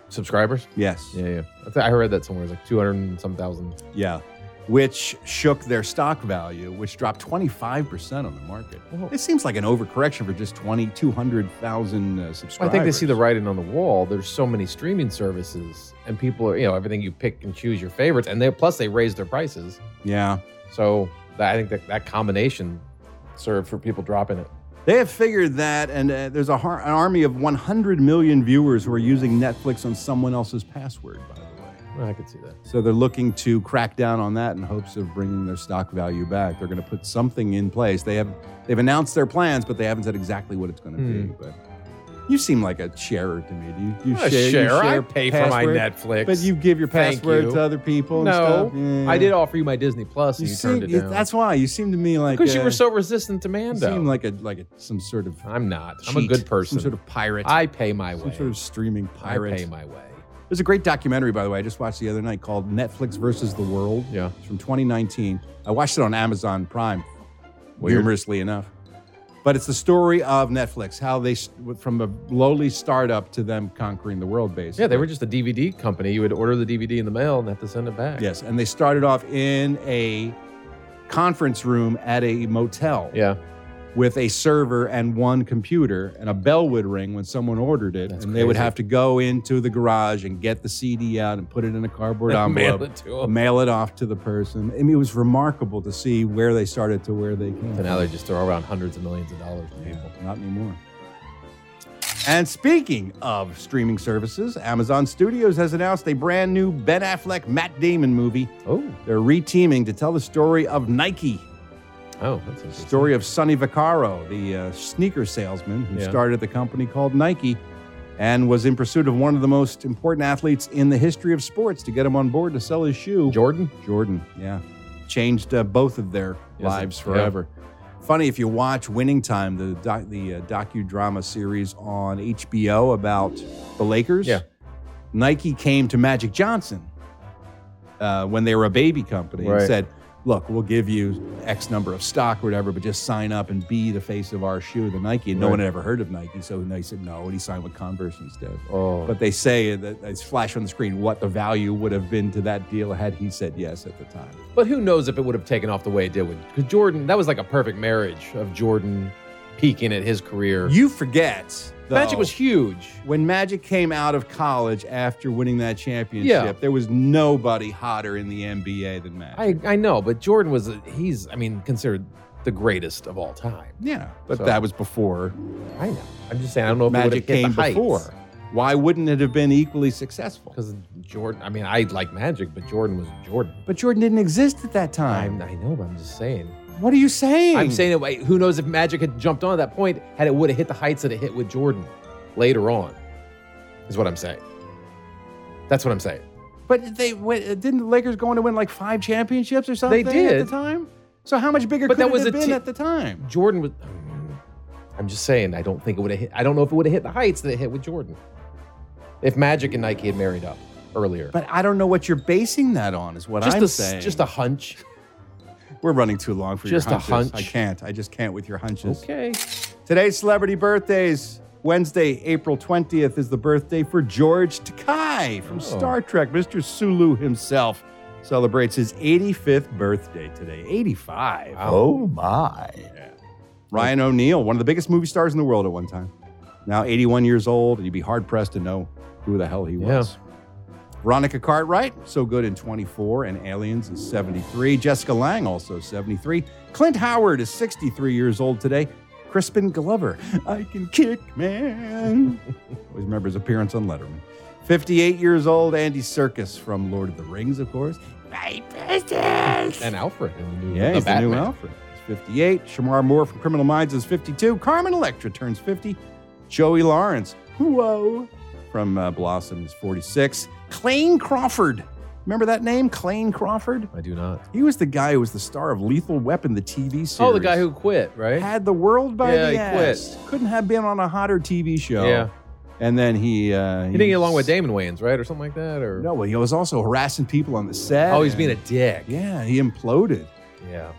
Subscribers? Yes. Yeah, yeah. I, th- I read that somewhere. It's like 200 and some thousand. Yeah. Which shook their stock value, which dropped 25% on the market. It seems like an overcorrection for just 20, 200,000 uh, I subscribers. think they see the writing on the wall. There's so many streaming services, and people are, you know, everything you pick and choose your favorites. And they plus they raised their prices. Yeah. So that, I think that, that combination served for people dropping it. They have figured that, and uh, there's a har- an army of 100 million viewers who are using Netflix on someone else's password, by the way. Well, I could see that. So they're looking to crack down on that in hopes of bringing their stock value back. They're going to put something in place. They have they've announced their plans, but they haven't said exactly what it's going to be. But you seem like a sharer to me. Do you, you Hmm. I'm a share? you sharer. Uh, I share pay for my password, Netflix. but you give your Thank password you. to other people. no, and stuff. I Yeah. did offer you my Disney Plus, You and you, seem, turned it you- down. that's why you seem to me like because you uh, were so resistant to you Mando. seem like a like a, some sort of I'm not. I'm a good cheat, person. some sort of pirate. I pay my some way. sort of streaming pirate. I pay my way. There's a great documentary, by the way, I just watched the other night called Netflix versus the World. Yeah. It's from 2019. I watched it on Amazon Prime, humorously enough. But it's the story of Netflix, how they, s- from a lowly startup to them conquering the world, basically. Yeah, they were just a DVD company. You would order the DVD in the mail and have to send it back. Yes. And they started off in a conference room at a motel. Yeah. With a server and one computer, and a bell would ring when someone ordered it, and they would crazy. have to go into the garage and get the CD out and put it in a cardboard Mail envelope, it to 'em. mail it off to the person. I mean, it was remarkable to see where they started to where they came. So now they just throw around hundreds of millions of dollars to people. Not anymore. And speaking of streaming services, Amazon Studios has announced a brand new Ben Affleck Matt Damon movie. Oh. They're reteaming to tell the story of Nike. Oh, that's interesting. Story of Sonny Vaccaro, the uh, sneaker salesman who Yeah. started the company called Nike and was in pursuit of one of the most important athletes in the history of sports to get him on board to sell his shoe. Jordan? Jordan, yeah. Changed uh, both of their Yes, lives yeah. forever. Funny if you watch Winning Time, the doc, the uh, docudrama series on HBO about the Lakers. Yeah. Nike came to Magic Johnson uh, when they were a baby company Right. and said, "Look, we'll give you X number of stock or whatever, but just sign up and be the face of our shoe, the Nike." And no Right. one had ever heard of Nike, so they said no, and he signed with Converse instead. Oh. But they say that it's flash on the screen what the value would have been to that deal had he said yes at the time. But who knows if it would have taken off the way it did with because Jordan, that was like a perfect marriage of Jordan peaking at his career. You forget Magic was huge. When Magic came out of college after winning that championship, there was nobody hotter in the NBA than Magic. I, I know, but Jordan was, a, he's, I mean, considered the greatest of all time. Yeah, but So- that was before. I know. I'm just saying, I don't know if it would've Magic hit the came heights. before. Why wouldn't it have been equally successful? Because Jordan, I mean, I like Magic, but Jordan was Jordan. But Jordan didn't exist at that I, time. I know, but I'm just saying. What are you saying? I'm saying it. like, Who knows if Magic had jumped on at that point, had it would have hit the heights that it hit with Jordan later on, is what I'm saying. That's what I'm saying. But they went, didn't the Lakers go on to win like five championships or something? at did. the time. So how much bigger But could that it was have a been ti- at the time? Jordan was. oh, I'm just saying. I don't think it would have hit. I don't know if it would have hit the heights that it hit with Jordan. If Magic and Nike had married up earlier, But I don't know what you're basing that on. Is what just I'm a, saying. just a hunch. We're running too long for Just a your hunches. hunch. I can't. I just can't with your hunches. Okay. Today's celebrity birthdays. Wednesday, April 20th is the birthday for George Takai Oh. from Star Trek. Mr. Sulu himself celebrates his 85th birthday today. 85. Oh, my. Ryan O'Neal, one of the biggest movie stars in the world at one time. Now 81 years old, and you'd be hard pressed to know who the hell he was. Veronica Cartwright, so good in 24, and Aliens is 73. Jessica Lang, also 73. Clint Howard is 63 years old today. Crispin Glover, I can kick, man. Always remember his appearance on Letterman. 58 years old, Andy Serkis from Lord of the Rings, of course. My business. And Alfred. And the new, Yeah, the he's the new Batman. Alfred. He's 58. Shamar Moore from Criminal Minds is 52. Carmen Electra turns 50. Joey Lawrence, whoa, from uh, Blossom is 46. Clayne Crawford. Remember that name, Clayne Crawford? I do not. He was the guy who was the star of Lethal Weapon, the TV series. Oh, the guy who quit, right? had the world by Yeah, the he ass. Couldn't have been on a hotter TV show. Yeah. And then he uh, He didn't get along with Damon Wayans, right, or something like that, or No, well, he was also harassing people on the set. Oh, he's being a and- dick. Yeah, he imploded. Yeah.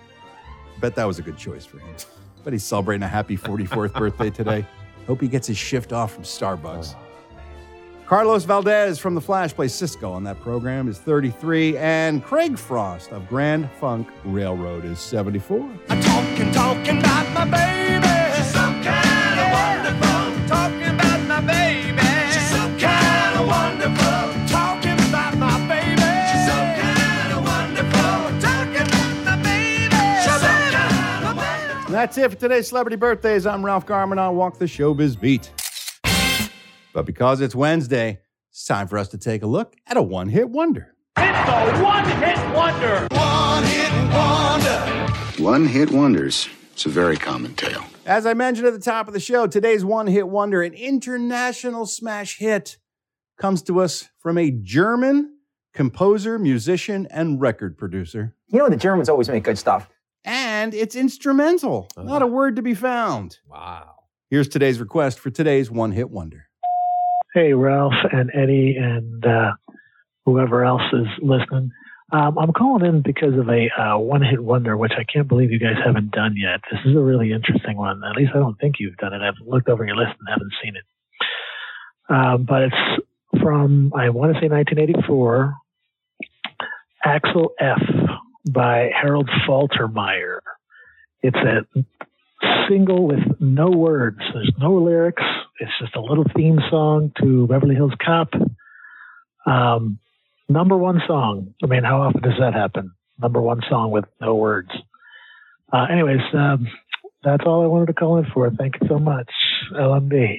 Bet that was a good choice for him. But he's celebrating a happy 44th birthday today. Hope he gets his shift off from Starbucks. Carlos Valdez from The Flash plays Cisco on that program, is 33. And Craig Frost of Grand Funk Railroad is 74. Talking, talking about my baby. She's so kind of wonderful. Talking about my baby. She's so kind of wonderful. Talking about my baby. She's so kind of wonderful. Talking about my baby. She's so kind of wonderful. And that's it for today's celebrity birthdays. I'm Ralph Garman. I walk the showbiz beat. But because it's Wednesday, it's time for us to take a look at a one hit wonder. It's a one hit wonder. One hit wonder. One hit wonders. It's a very common tale. As I mentioned at the top of the show, today's one hit wonder, an international smash hit, comes to us from a German composer, musician, and record producer. You know, the Germans always make good stuff. And it's instrumental, not a word to be found. Wow. Here's today's request for today's one hit wonder. Hey, Ralph and Eddie and uh, whoever else is listening. Um, I'm calling in because of a uh, one hit wonder, which I can't believe you guys haven't done yet. This is a really interesting one. At least I don't think you've done it. I've looked over your list and haven't seen it. Um, but it's from, I want to say 1984, Axel F by Harold Faltermeyer. It's a single with no words. There's no lyrics. It's just a little theme song to Beverly Hills Cop. Um, number one song. I mean, how often does that happen? Number one song with no words. Uh, anyways, um, that's all I wanted to call in for. Thank you so much, LMB.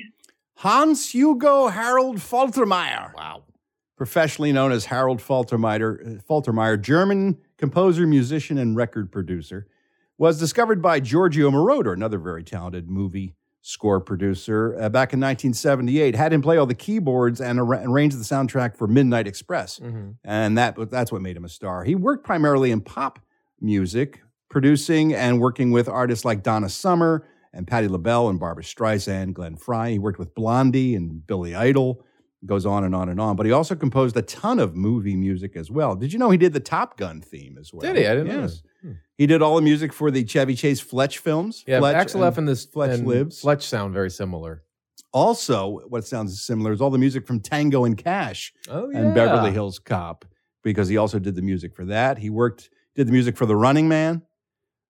Hans Hugo Harold Faltermeyer. Wow. Professionally known as Harold Faltermeyer, uh, Faltermeyer, German composer, musician, and record producer, was discovered by Giorgio Moroder, another very talented movie score producer, uh, back in 1978. Had him play all the keyboards and arra- arranged the soundtrack for Midnight Express Mm-hmm. and that that's what made him a star. He worked primarily in pop music, producing and working with artists like Donna Summer and Patti LaBelle and Barbara Streisand, Glenn Fry. He worked with Blondie and Billy Idol. Goes on and on and on. But he also composed a ton of movie music as well. Did you know he did the Top Gun theme as well? Did he? I didn't know. Hmm. Yes. He did all the music for the Chevy Chase Fletch films. Yeah, Fletch Axel F and this Fletch and lives. Fletch sound very similar. Also, what sounds similar is all the music from Tango and Cash Oh and Beverly Hills Cop because he also did the music for that. He worked, did the music for The Running Man,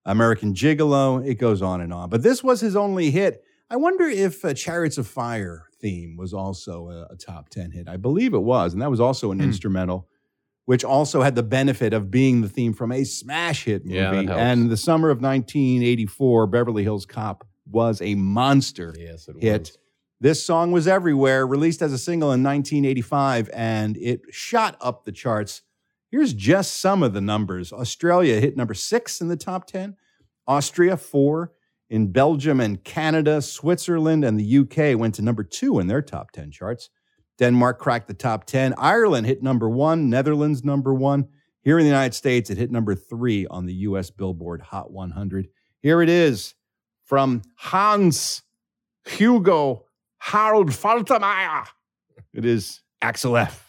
American Gigolo. It goes on and on. But this was his only hit. I wonder if uh, Chariots of Fire theme was also a, a top 10 hit. I believe it was. And that was also an Hmm. instrumental, which also had the benefit of being the theme from a smash hit movie. Yeah, that helps. and the summer of 1984, Beverly Hills Cop was a monster Yes, it hit. This song was everywhere, released as a single in 1985, and it shot up the charts. Here's just some of the numbers Australia hit number six in the top 10, Austria, four. In Belgium and Canada, Switzerland and the UK went to number two in their top 10 charts. Denmark cracked the top 10. Ireland hit number one, Netherlands number one. Here in the United States, it hit number three on the US Billboard Hot 100. Here it is from Hans Hugo Harold Faltermeyer. It is Axel F.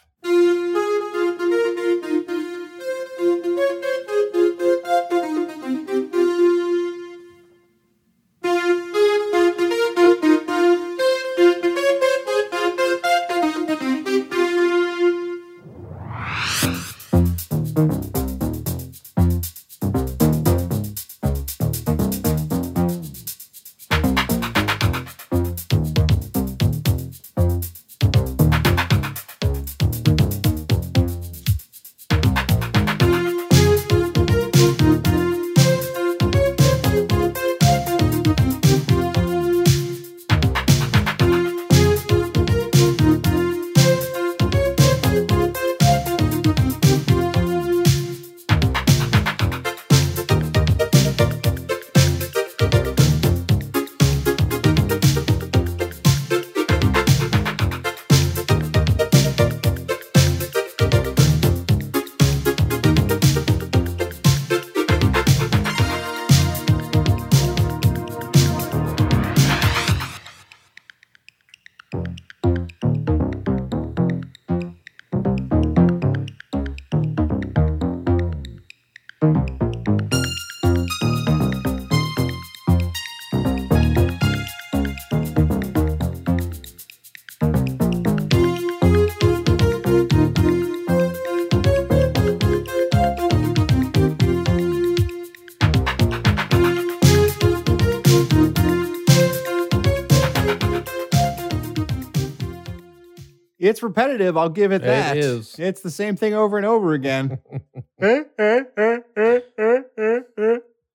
It's repetitive. I'll give it It that. is. It's the same thing over and over again.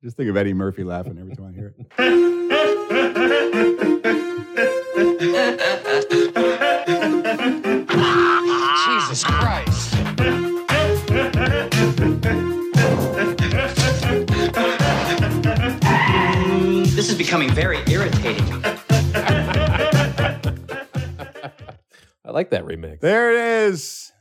Just think of Eddie Murphy laughing every time I hear it. Jesus Christ. This is becoming very irritating. I like that remix. There it is.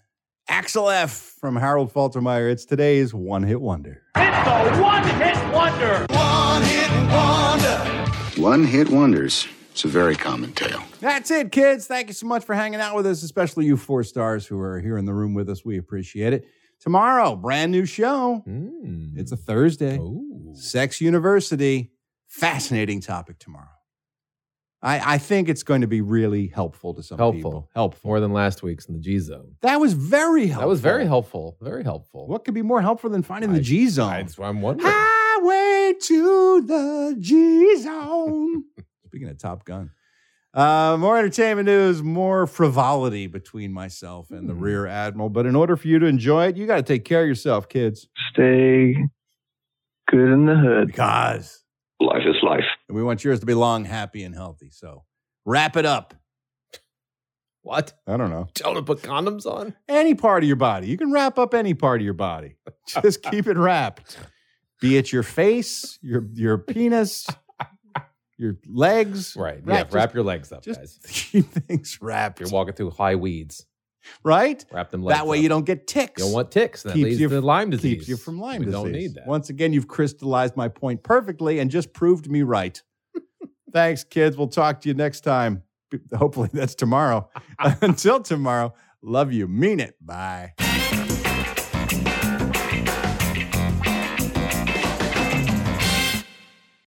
Axel F from Harold Faltermeyer. It's today's one hit wonder. It's a one hit wonder. One hit wonder. One hit wonders. It's a very common tale. That's it, kids. Thank you so much for hanging out with us, especially you four stars who are here in the room with us. We appreciate it. Tomorrow, brand new show. Mm. It's a Thursday. Sex University. Fascinating topic tomorrow. I, I think it's going to be really helpful to some helpful, people. helpful more than last week's in the G zone. That was very helpful. That was very helpful, very helpful. What could be more helpful than finding the G zone? That's what I'm wondering. Highway to the G zone. Speaking of Top Gun. Uh, more entertainment news, more frivolity between myself and the Hmm. Rear Admiral. But in order for you to enjoy it, you got to take care of yourself, kids. Stay good in the hood. Because life is life. And we want yours to be long, happy, and healthy. So wrap it up. What? I don't know. Tell them to put condoms on. Any part of your body. You can wrap up any part of your body. Just keep it wrapped. Be it your face, your your penis, your legs. Right. Right, yeah. just- wrap your legs up, guys. Keep things wrapped. You're walking through high weeds. Right? Wrap them legs That way you don't get ticks. uh, You don't want ticks. That Keeps leads you- to Lyme disease. Keeps you from Lyme We disease. don't need that. Once again, you've crystallized my point perfectly and just proved me right. Thanks, kids. We'll talk to you next time. Hopefully, that's tomorrow. Until tomorrow, love you. Mean it. Bye.